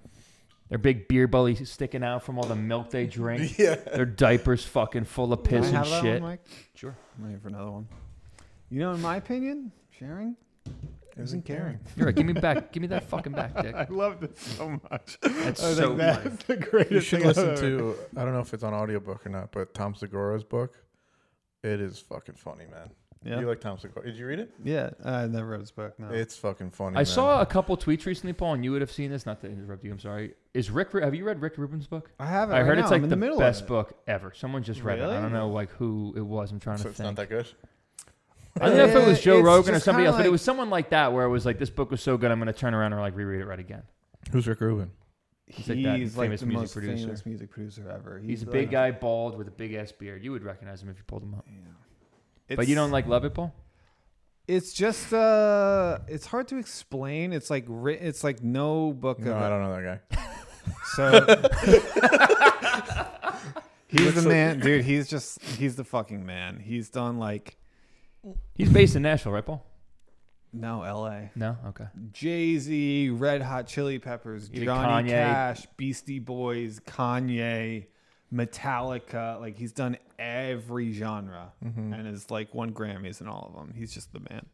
Their big beer belly sticking out from all the milk they drink. Yeah. Their diapers fucking full of piss Can I and have that shit. One, Mike? Sure. I'm ready for another one. You know, in my opinion, sharing isn't caring. You're right. Give me back. Give me that fucking back, Dick. I love this so much. That's I was so like, that's funny. the greatest. You should thing I've listen ever- to. I don't know if it's on audiobook or not, but Tom Segura's book. It is fucking funny, man. Yeah, You like Tom Segura? Did you read it? yeah. I never read this book. No. It's fucking funny. I man. saw a couple tweets recently, Paul, and you would have seen this. Not to interrupt you, I'm sorry. Is Rick? Have you read Rick Rubin's book? Oh, I haven't. I right heard now. it's I'm like in the, middle of best it. book ever. Someone just read it. I Really? don't know like who it was. I'm trying So to it's think. not that good. I don't know if it was Uh, Joe it's Rogan or just somebody kinda else, but it like- was someone like that where it was like this book was so good, I'm going to turn around and like reread it right again. Who's Rick Rubin? He's like like, that the famous music most producer. famous music producer ever. He's a like- big guy, bald with a big ass beard. You would recognize him if you pulled him up. Yeah. but you It's- don't like Love It, Paul? It's just uh, it's hard to explain. It's like writ. It's like no book. No, of I don't know that guy. So he's Looks the like- man, dude. He's just he's the fucking man. He's done like He's based in Nashville, right, Paul? no L.A. No, okay. Jay Z, Red Hot Chili Peppers, You mean Johnny Kanye? Cash, Beastie Boys, Kanye, Metallica. Like he's done every genre Mm-hmm. and is like won Grammys in all of them. He's just the man.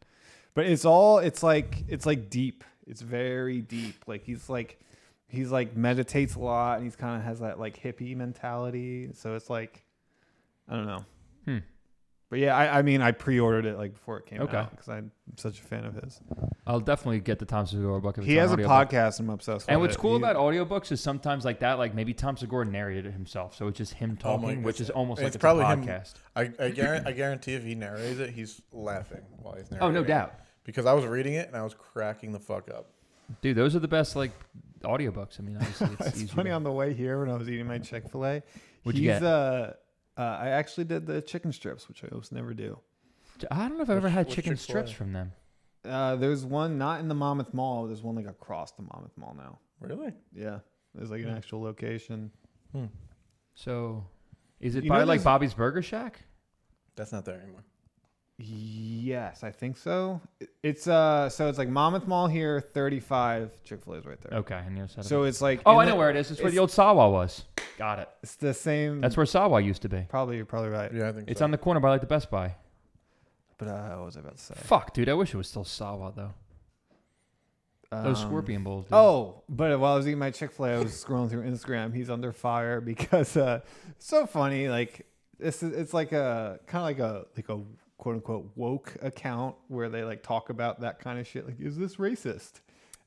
But it's all it's like it's like deep. It's very deep. Like he's like he's like meditates a lot and he's kind of has that like hippie mentality. So it's like I don't know. Hmm. But yeah, I, I mean, I pre-ordered it like before it came Okay. out because I'm such a fan of his. I'll definitely get the Tom Segura book. If it's He on has a audiobook. podcast. I'm obsessed with. And what's Uh, it. cool He- about audiobooks is sometimes like that, like maybe Tom Segura narrated it himself, so it's just him Oh my talking, which goodness. is almost It's like it's probably a him- podcast. I I, guarantee, I guarantee if he narrates it, he's laughing while he's narrating. Oh, no it. doubt. Because I was reading it and I was cracking the fuck up. Dude, those are the best like audiobooks. I mean, obviously it's, it's easier funny to- on the way here when I was eating my Chick Fil A. What'd you get? Uh, uh, I actually did the chicken strips, which I almost never do. I don't know if I've ever What's- had what's chicken Chick-fil-A? strips from them. Uh, there's one not in the Monmouth Mall. There's one like across the Monmouth Mall now. Really? Yeah, there's like an actual location. So, is it You by know like there's- Bobby's Burger Shack? That's not there anymore. Yes, I think so. It- It's uh, so it's like Monmouth Mall here, 35 Chick Fil A's right there. Okay, on the other side. So of it. it's like oh, in I the- know where it is. It's, where the it's- old Sawa was. Got it. It's the same. That's where Sawa used to be. probably you're probably right. Yeah, I think It's so. on the corner by like the Best Buy. But uh, what was I about to say? Fuck, dude. I wish it was still Sawa though. Those Um, scorpion bowls. Dude. Oh, but while I was eating my Chick Fil A, I was scrolling through Instagram. He's under fire because uh, it's so funny. Like it's it's like a kind of like a like a quote unquote woke account where they like talk about that kind of shit. Like, is this racist?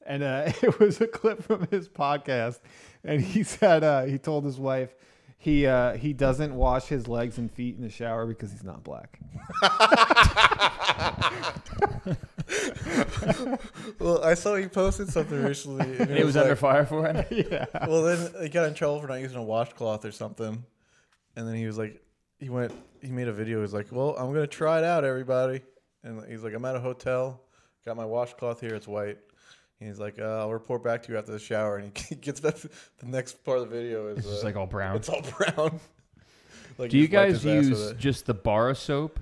And uh, it was a clip from his podcast, and he said uh, he told his wife he uh, he doesn't wash his legs and feet in the shower because he's not black. Well, I saw he posted something recently. and And it was like, under fire for it. yeah, Well, then he got in trouble for not using a washcloth or something, and then he was like, he went, he made a video. He's like, well, I'm gonna try it out, everybody. And he's like, I'm at a hotel, got my washcloth here, it's white. And he's like, uh, I'll report back to you after the shower. And he gets back. The next part of the video is It's just uh, like all brown. it's all brown. like Do you he just guys wiped his ass with use it. just the bar of soap,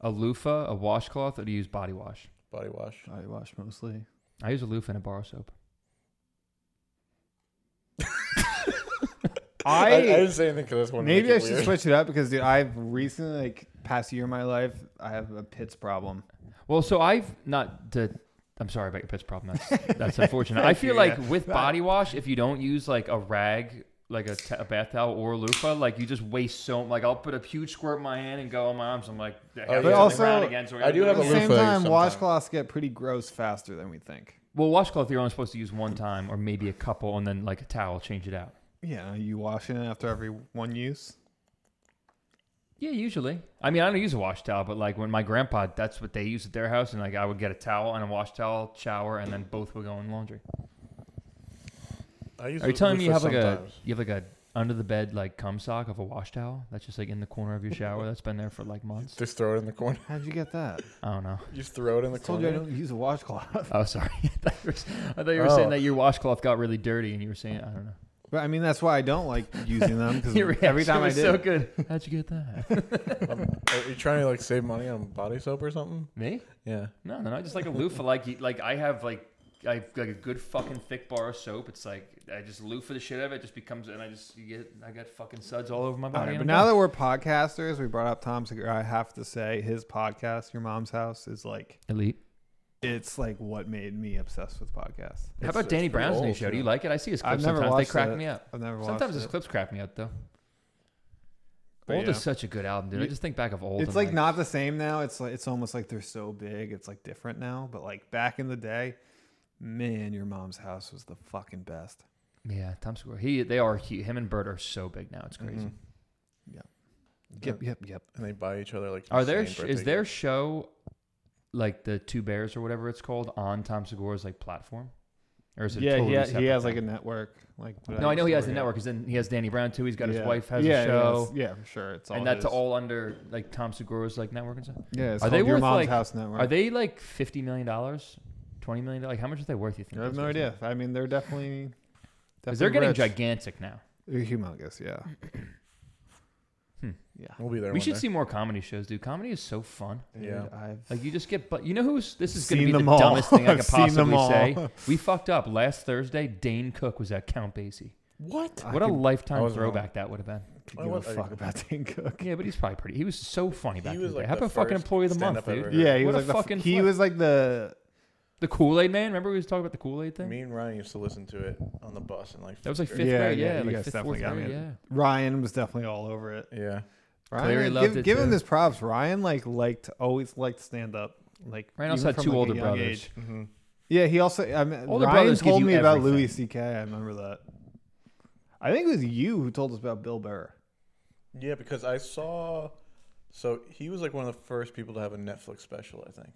a loofah, a washcloth, or do you use body wash? body wash? I wash mostly. I use a loofah and a bar of soap. I, I didn't say anything because I just wanted Maybe to I make it should weird. switch it up because dude, I've recently like past year of my life, I have a pits problem. Well, so I've not to. I'm sorry about your piss problem. That's, that's unfortunate. I Thank feel you, like yeah. with body wash, if you don't use like a rag, like a, t- a bath towel or a loofah, like you just waste so. Like I'll put a huge squirt in my hand and go on my arms. I'm like, the Oh, yeah. heavy But also, ground again, so we're I gonna do have At a the it. same loofah time, sometimes. washcloths get pretty gross faster than we think. Well, washcloth you're only supposed to use one time or maybe a couple, and then like a towel, change it out. Yeah, you washing it after every one use. Yeah, usually. I mean, I don't use a wash towel, but like when my grandpa, that's what they use at their house, and like I would get a towel and a wash towel, shower, and then both would go in laundry. I use Are you telling me you have loofah like sometimes. a you have like a under the bed like cum sock of a wash towel that's just like in the corner of your shower that's been there for like months? Just throw it in the corner. How'd you get that? I don't know. You just throw it in I the told corner. you I don't use a washcloth. Oh, sorry. I thought you were, s- I thought you were Oh. saying that your washcloth got really dirty, and you were saying I don't know. But I mean, that's why I don't like using them because Your every reaction time I was did, so good. How'd you get that? Are you trying to like save money on body soap or something? Me? Yeah. No, no, no. Just like a loofah. Like, you- like I have like I have like a good fucking thick bar of soap. It's like I just loofah the shit out of it. it Just becomes and I just you get I got fucking suds all over my All body. right, and but I'm now done. that we're podcasters, we brought up Tom Segura. I have to say, his podcast, Your Mom's House, is like elite. it's like what made me obsessed with podcasts. How It's- about Danny it's pretty Brown's new old, show? Do yeah. you like it? I see his clips I've never sometimes. They watched crack it. me up. I've never watched Sometimes his it. clips crack me up though. But Old yeah. is such a good album, dude. I You- just think back of old. It's and, like not the same now. It's like it's almost like they're so big. It's like different now. But like back in the day, man, your mom's house was the fucking best. yeah, Tom Segura. He they are hu him and Bert are so big now. It's crazy. Mhm. Mm-hmm. Yep, yep, yep. And they buy each other like. Are there insane sh- birthday is their gifts. show like the Two Bears or whatever it's called on Tom Segura's like platform, or is it a Yeah, totally he, ha- he separate has thing? like a network. Like what No, I know he has a used to network work because then he has Danny Brown too. He's got at. his Yeah. wife has Yeah, a he show, Yeah, for sure. It's all and that's his. all under like Tom Segura's like network and stuff. Yeah, it's Are are they they your worth, mom's like- house network. Are they like fifty million dollars, twenty million? Like how much are they worth? You think? I have those no guys are? idea. I mean, they're definitely. Because they're getting rich. gigantic now. They're humongous. Yeah. Hmm. Yeah. We'll be there. We one should day. see more comedy shows, dude. Comedy is so fun. Dude, Yeah. I've Like you just get, but you know who's this is going to Seen be the them all. dumbest thing I I've could seen them possibly all. say. We fucked up last Thursday. Dane Cook was at Count Basie. What? I What a could- lifetime I was throwback that would have been. could I give a was- I- fuck about Dan Cook. Yeah, but he's probably pretty. He was so funny back in the was day. like How the about fucking first employee of the month, stand-up I dude? ever- Yeah, he was What a like the fucking he flip. was like the The Kool Aid Man. Remember we was talking about the Kool Aid thing? Me and Ryan used to listen to it on the bus and like. That was like fifth grade. Yeah, grade. yeah, Yeah, you like guys fifth, fourth definitely got me grade. in. Yeah. Ryan was definitely all over it. Yeah. Ryan, Clary give, loved it, give him too. his props. Ryan like liked always liked stand up. Like Ryan also even had from, two like, a older young brothers. age. hmm Yeah, he also. I mean, Older Ryan brothers give told you me about everything. Louis C.K. I remember that. I think it was you who told us about Bill Burr. Yeah, because I saw. So he was like one of the first people to have a Netflix special, I think.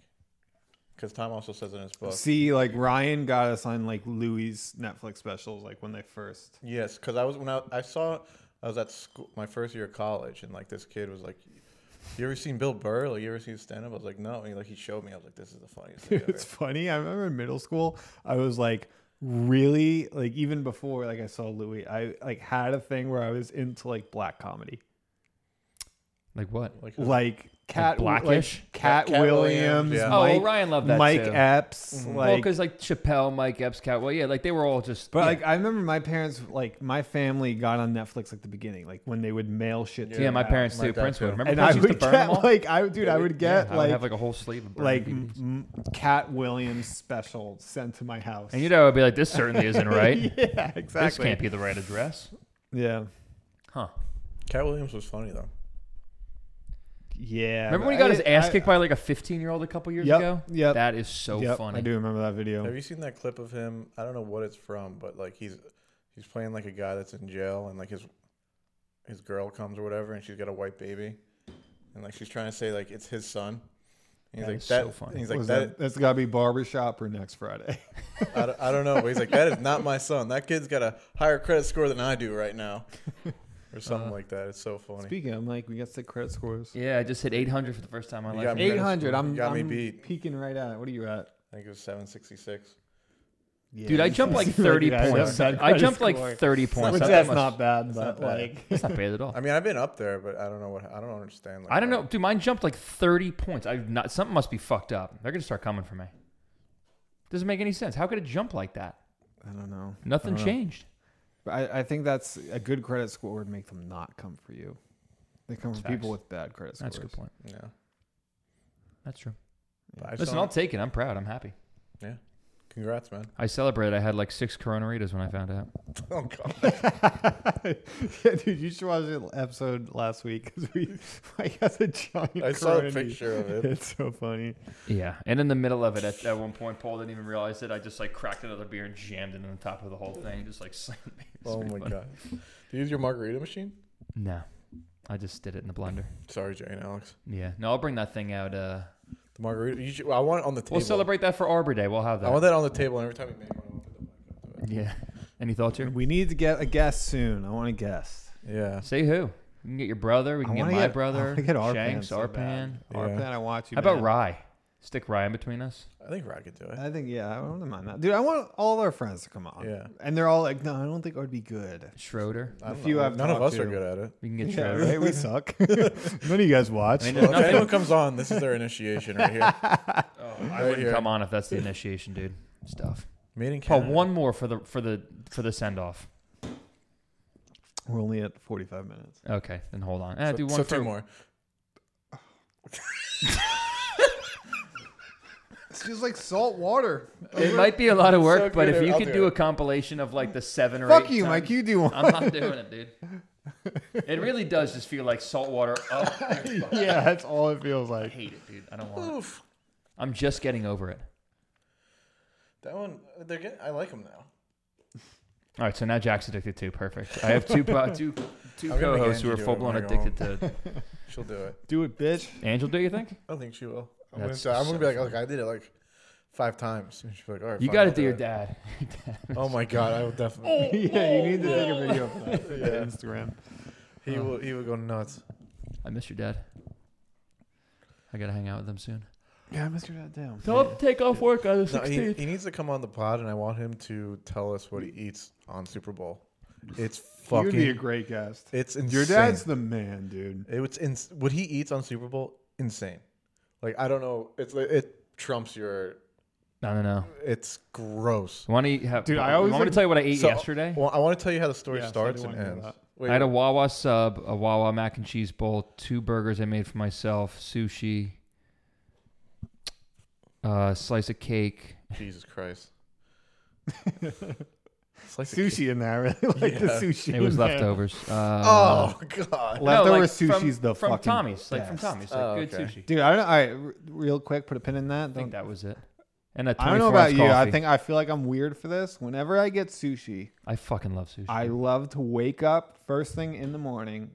Because Tom also says in his book. See, like Ryan got us on like Louis Netflix specials, like when they first. Yes, because I was when I, I saw I was at school my first year of college and like this kid was like, "You ever seen Bill Burr? Like you ever seen stand up?" I was like, "No," and he, like he showed me. I was like, "This is the funniest thing ever." It's funny. I remember in middle school, I was like really like even before like I saw Louis, I like had a thing where I was into like black comedy, Like what? Like, like Cat Blackish? like Cat, Cat Williams, Williams, yeah. Oh, Mike, Ryan loved that Mike too. Mm-hmm. Epps, well, like. because like Chappelle, Mike Epps, Well, yeah, like they were all just. but yeah. like I remember my parents, like my family got on Netflix like the beginning, like when they would mail shit. to yeah, my them. parents my too. dad Prince too. would. Remember And I Prince used would to burn them get all? like I dude, I would Yeah, get I would like have like a whole sleeve of burn like DVDs. m- Cat Williams special sent to my house. and you know, I'd be like, this certainly isn't right. yeah, exactly. This can't be the right address. Yeah, Huh. Cat Williams was funny though. yeah. Remember but when he got I- his ass I- kicked by like a 15 year old a couple years Yep, ago? yep, That is so Yep, funny. I do remember that video. Have you seen that clip of him? I don't know what it's from, but like he's he's playing like a guy that's in jail, and like his his girl comes or whatever, and she's got a white baby, and like she's trying to say like it's his son. And he's That like is that. so funny. and He's like Was that. that, that's got to be barbershop or next Friday. I, don't, I don't know, but he's like that is not my son. That kid's got a higher credit score than I do right now, or something Uh, like that. It's so funny. Speaking, of, I'm like, we got the credit scores. Yeah, I just hit 800 for the first time in my You life. got me. Eight hundred. I'm You got me I'm beat. Peeking right at. it. What are you at? I think it was seven sixty six. Yeah, Dude, I you jumped can like see 30 what you guys points. have. I jumped like 30 points. Which Not that that's much. not bad, but not bad. like That's not bad at all. I mean, I've been up there, but I don't know what I don't understand. Like, I don't why- know, dude. Mine jumped like thirty points. I've not. Something must be fucked up. They're gonna start coming for me. Doesn't make any sense. How could it jump like that? I don't know. Nothing I don't know. changed. But I, I think that's a good credit score would make them not come for you. They come for Facts. people with bad credit scores. That's a good point. Yeah. That's true. But I just Listen, don't- I'll take it. I'm proud. I'm happy. Congrats, man. I celebrated. I had like six coronaritas when I found out. Oh God. yeah, dude, you should watch the episode last week because we I got a giant. I saw a Corona. picture of it. It's so funny. Yeah, and in the middle of it, at, at one point, Paul didn't even realize it. I just like cracked another beer and jammed it on the top of the whole thing. Just like slammed me. It's Oh pretty my funny. god. Do you use your margarita machine? No, I just did it in the blender. Sorry, Jay and Alex. Yeah. No, I'll bring that thing out. Uh, The margarita. You should, I want it on the table. we'll celebrate that for Arbor Day. We'll have that. I want that on the table, and every time you make one, I want to put the mic up to Yeah. Any thoughts here? We need to get a guest soon. I want a guest. it. Yeah. Say who? We can get your brother. We I can get wanna my get- I brother. wanna get Arpan Shanks, so Arpan. bad. Our Yeah. plan, I watch you. How about man. Rye? Stick Rye in between us. I think Rod could do it. I think yeah, I don't mind that, dude. I want all our friends to come on. Yeah. and they're all like, "No, I don't think I'd be good." Schroeder. I don't few know. I've None of talked us are to. good at it. We can get Yeah, Schroeder. right. We suck. None of you guys watch. I mean, Well, there's if nothing. anyone comes on, this is their initiation right here. Oh, I Right wouldn't here. come on if that's the initiation, dude. Stuff. Made in Paul, Canada. Oh, one more for the for the for the send off. We're only at forty-five minutes. Okay, then hold on. Eh, so, do one so for two more. It's just like salt water. It might be a lot of work, So but good, if you I'll could do do it. a compilation of like the seven or Fuck eight you, times- Mike. You do one. I'm not doing it, dude. It really does just feel like salt water. Oh, yeah, that's all it feels I like. hate it, dude. I don't want it. Oof. I'm just getting over it. That one. They're getting. I like them now. All right, so now Jack's addicted too. Perfect. I have two po- two two I'm gonna make co-hosts who Angie are do it full blown when I go addicted to She'll do it. Do it, bitch. Angel. Do you think I think she will. I'm gonna, That's say- I'm gonna so be like, funny. look, I did it like five times. And she'll be like, all right. you fine, got to I'll do your it. dad? Oh. Oh my god, I will definitely. yeah, you need to take a video of that for Yeah. Instagram. He will. He will go nuts. I miss your dad. I gotta hang out with them soon. Yeah, I missed your dad down. Don't take off work on the No, he, 16th. he needs to come on the pod, and I want him to tell us what he eats on Super Bowl. It's fucking. You'd be a great guest. it's insane. Your dad's the man, dude. It was ins- what he eats on Super Bowl. Insane. Like I don't know. It's like, it trumps your. No, no, no. It's gross. Want to have? Dude, I always want me to like- tell you what I ate So- yesterday? Well, I want to tell you how the story Yeah, so I starts do and wanna hear ends. that. Wait, I had a Wawa sub, a Wawa mac and cheese bowl, two burgers I made for myself, sushi, uh, slice of cake. Jesus Christ. It's like the ki- Sushi in there, I really like the Yeah. sushi. It was in there. leftovers. Uh, Oh God. No, Leftover like, sushi's from, the from fucking Tommy's, like from best. Tommy's, like Oh, good okay. sushi. Dude, I don't. All right, r- real quick, put a pin in that. I think Don't, that was it. And a I don't know 24 about ounce you. I coffee. think I feel like I'm weird for this. Whenever I get sushi, I fucking love sushi. I love to wake up first thing in the morning,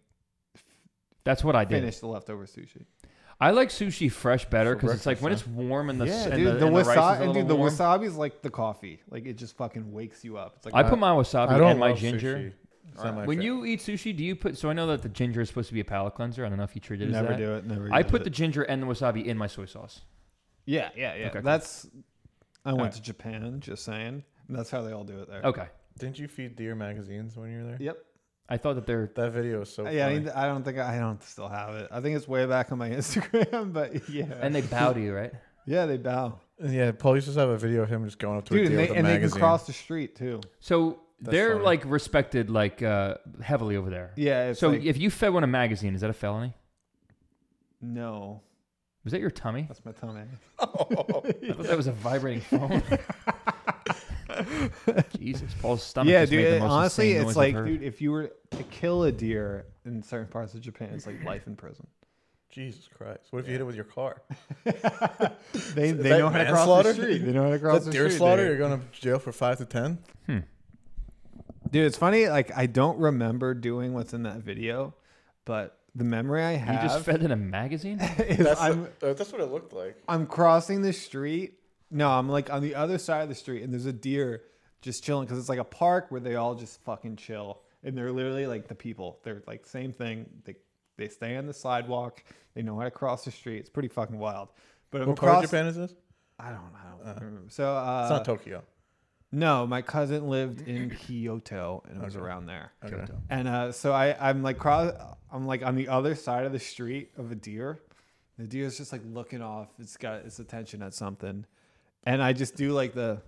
That's what I did. finish the leftover sushi. I like sushi fresh better because it's like breakfast, when it's warm and the yeah, and dude, the, the, and the rice is a wasabi, little dude, the warm. wasabi is like the coffee. Like it just fucking wakes you up. It's like I put my wasabi I don't and my love ginger. sushi. It's not my When fa- you eat sushi, do you put? So I know that the ginger is supposed to be a palate cleanser. I don't know if you treat it as never that. do it. Never. I use put it. the ginger and the wasabi in my soy sauce. Yeah, yeah, yeah. Okay, cool. that's. I went Alright. to Japan. Just saying. And that's how they all do it there. Okay, didn't you feed deer magazines when you were there? Yep. I thought that they're That video is so yeah, I, funny. need to- I don't think I, I don't still have it. I think it's way back on my Instagram, but yeah, and they bow to you, right? yeah, they bow, yeah, Paul used to have a video of him just going up to a dude, deer and they, with a and they can magazine. cross the street too. So That's they're funny. like respected like uh, heavily over there. Yeah, it's so like, if you fed one a magazine, is that a felony? no, Was that your tummy? that's my tummy. I thought that was a vibrating phone. Jesus, Paul's stomach. yeah, just dude. Made the it- most honestly, insane it's noise I've like, heard. dude, if you were to kill a deer in certain parts of Japan, it's like life in prison. Jesus Christ! What if you hit it with your car? They Is they that know how to cross the manslaughter? street. They know how to cross That's the deer street. slaughter. dude. You're going to jail for five to ten. Dude, it's funny. Like I don't remember doing what's in that video, but the memory I you have just fed in a magazine. is That's, I'm the- uh, that's what it looked like. I'm crossing the street. No, I'm like on the other side of the street, and there's a deer just chilling because it's like a park where they all just fucking chill, and they're literally like the people. They're like same thing. They they stay on the sidewalk. They know how to cross the street. It's pretty fucking wild. But I'm What part across. of Japan is this? It's I don't. I don't remember. So uh, not Tokyo. no, my cousin lived in Kyoto, and it was around there. Okay. And uh, so I, I'm like cross, I'm like on the other side of the street of a deer. The deer's just like looking off. It's got its attention at something, and I just do like the,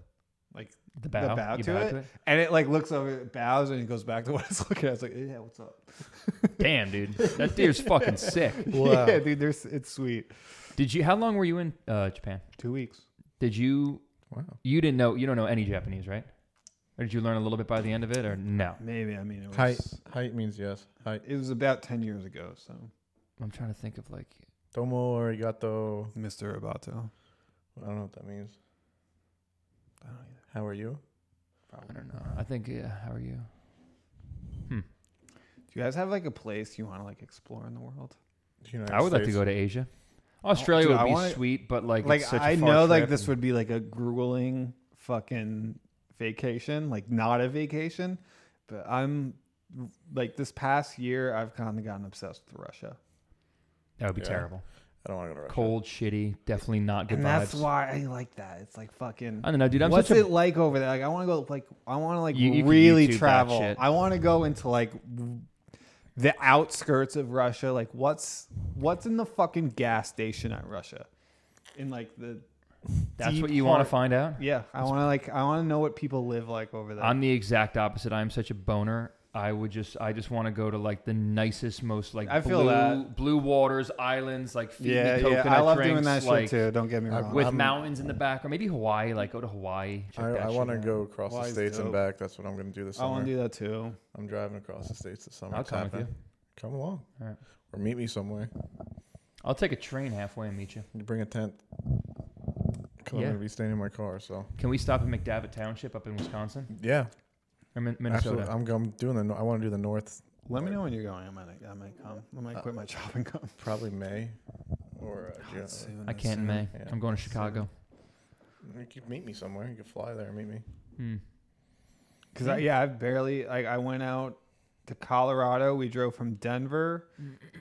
like The bow. the bow, You to, it. and it like looks over, it bows, and it goes back to what it's looking at. It's like, yeah, what's up? Damn, dude, that deer's fucking sick. Wow. yeah, dude, there's it's sweet. Did you? How long were you in uh, Japan? Two weeks. Did you? Wow. You didn't know. You don't know any Japanese, right? Or did you learn a little bit by the end of it, or no? Maybe I mean it was. Height. Height means yes. Height. It was about ten years ago. So I'm trying to think of like. Tomo arigato. Mr. Roboto. I don't know what that means. I don't either. How are you? I don't know. I think. Yeah. How are you? Do you guys have like a place you want to like explore in the world? Do you know I would like to go to Asia. Australia Oh, Dude, would I be wanna- sweet, but like, like it's such a I far know like trip this and- would be like a grueling fucking vacation, like not a vacation, but I'm like this past year I've kind of gotten obsessed with Russia. that would be Yeah. terrible. I don't want to go to Russia. Cold, shitty, definitely not good and vibes. that's why I like that. It's like fucking I don't know, dude. I'm What's such a it like over there? Like I want to go like I want to like You- you can really YouTube that travel. shit. I want to go into like w- the outskirts of Russia. Like what's what's in the fucking gas station at Russia? In like the that's deep what you want heart- to find out. Yeah, I want to like I want to know what people live like over there. I'm the exact opposite. I'm such a boner. I would just, I just want to go to like the nicest, most like I feel blue, that. blue waters, islands, like feed yeah, me coconut yeah, I love drinks, doing that like, uh, shit too. Don't get me I've- wrong. With I'm- mountains in the back, or maybe Hawaii. Like go to Hawaii. Check I, that I shit want to out. go across the Hawaii's states dope. and back. That's what I'm going to do I this summer. want to do that too. I'm driving across the states this summer. I'll It's come with you. happening. Come along, Alright. or meet me somewhere. I'll take a train halfway and meet you. You bring a tent. 'Cause I'm Yeah. going to be staying in my car. So Can we stop at McDavitt Township up in Wisconsin yeah, or Min- absolutely. Minnesota? I'm, I'm doing the. no- I want to do the north. Let me know when you're going. I might I might come. I Uh, might quit my job and come. Probably May or uh, June. I can't in May. Yeah. I'm going to Chicago. You could meet me somewhere. You could fly there and meet me. Hmm. Cause I, yeah, I barely like I went out to Colorado. We drove from Denver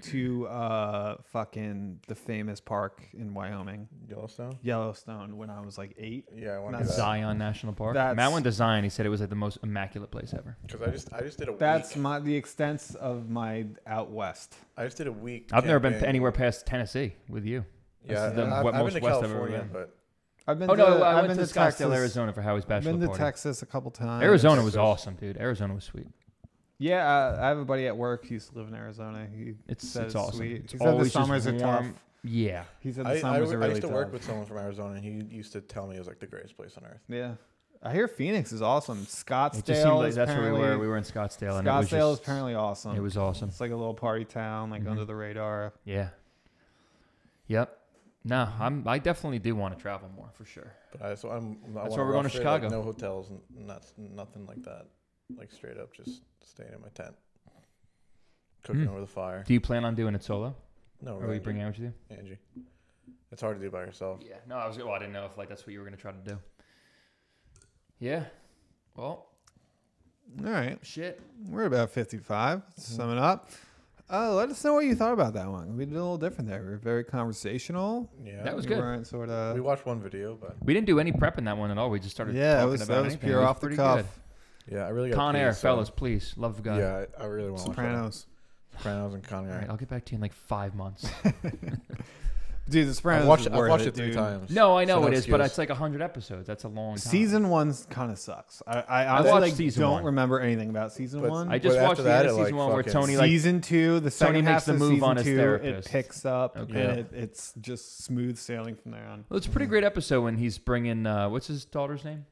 to uh fucking the famous park in Wyoming, Yellowstone. Yellowstone. When I was like eight. Yeah, I want to That's- do that. Zion National Park. That's- Matt went to Zion. He said it was like the most immaculate place ever. Because I just, I just did a. That's week. my the extents of my out west. I just did a week. I've never been camping. anywhere past Tennessee with you. Yeah, This is the I- I've, wet- I've most been to west I've ever California, been. but I've been. Oh to, no, I I've went to been Scottsdale, Texas. Arizona for Howie's I've bachelor been to party. Texas a couple times. Arizona was Texas. awesome, dude. Arizona was sweet. Yeah, uh, I have a buddy at work who used to live in Arizona. He It's said it's awesome. sweet. It's he said the always just summers are tough. warm. Yeah, He said the I, I, summers w- are I really used to tough. work with someone from Arizona, and he used to tell me it was like the greatest place on earth. yeah, I hear Phoenix is awesome. Scottsdale it just seemed like is that's where we apparently were. We were in Scottsdale, and it was Scottsdale is just- apparently awesome. It was awesome. It's like a little party town, like Mhm. under the radar. Yeah. Yep. No, I'm. I definitely do want to travel more for sure. But I, so I'm. I That's wanna why we're going to rough it, like, Chicago. no hotels, and not nothing like that. Like straight up, just staying in my tent, cooking Hmm. over the fire. Do you plan on doing it solo? No, Or will you bring it with you? Angie. It's hard to do by yourself. Yeah. No, I was. Well, I didn't know if like that's what you were gonna try to do. Yeah. Well, All right, shit. we're about fifty-five. Summing up, uh, let us know what you thought about that one. We did a little different there. We were very conversational. Yeah, That was we good. weren't sort of. we watched one video, but We didn't do any prep in that one at all. We just started. yeah, it talking was about that was anything. pure It off the pretty cuff. good. Yeah, I really got Con Air, fellas, please, love of God. Yeah, I, I really want to watch that. Sopranos. Sopranos and Con All right, Air. I'll get back to you in like five months. Dude, the Sopranos. I've watched, is it, I've worth watched it three dude. times. No, I know So no it is, but excuse. it's like hundred episodes. That's a long time. Season one kind of sucks. I, I watched honestly like, season don't one. remember anything about season But one. I just But after watched the that, end of it, season like, one where fucking Tony like season two, the second Tony half makes the of move season on his two, therapist. it picks up Okay. and it, it's just smooth sailing from there on. Well, it's a pretty great episode when he's bringing uh, what's his daughter's name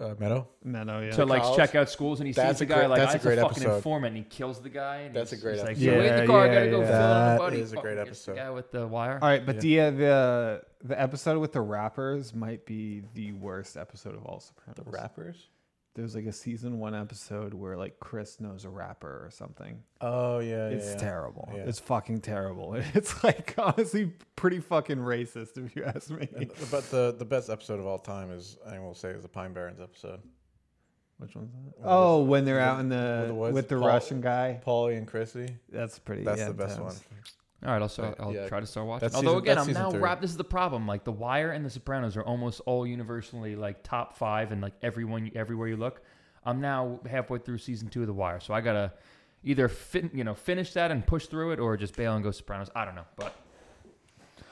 Uh, Meadow. Meadow, oh, yeah. to like College? check out schools, and he sees That's the a guy great- like that's a I'm a great fucking episant. informant, and he kills the guy. And That's he's- a great he's like, episode. "Yeah, wait in Yeah, the car, I yeah, gotta go yeah. fill out That a buddy." is a Fuck, great gets the episode. guy with the wire. All right, but the, uh, the the episode with the rappers might be the worst episode of all Sopranos. The rappers? There's like a season one episode where like Chris knows a rapper or something. Oh, yeah. it's yeah, yeah. terrible. Yeah. It's fucking terrible. It's like honestly pretty fucking racist if you ask me. And- but the, the best episode of all time is, I will say, is the Pine Barrens episode. Which one's that? With- Oh, when they're with- out in the with the woods? with the Paul- Russian guy. Paulie and Chrissy. That's pretty. That's yeah, the best intense. one. All right, I'll, start, I'll Yeah. try to start watching. That's Although season- again, that's I'm now season three. wrapped. This is the problem. Like The Wire and The Sopranos are almost all universally like top five, and like everyone, everywhere you look. I'm now halfway through season two of The Wire, so I gotta either fin- you know finish that and push through it, or just bail and go Sopranos. I don't know, but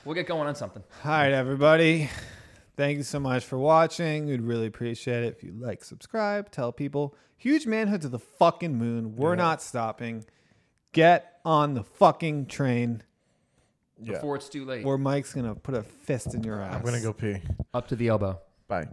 we'll get going on something. All right, everybody. Thank you so much for watching. We'd really appreciate it if you like, subscribe, tell people. Huge manhood to the fucking moon. We're Yeah. not stopping. Get on the fucking train, Yeah. Before it's too late, or Mike's gonna put a fist in your ass. I'm going to go pee. up to the elbow. Bye.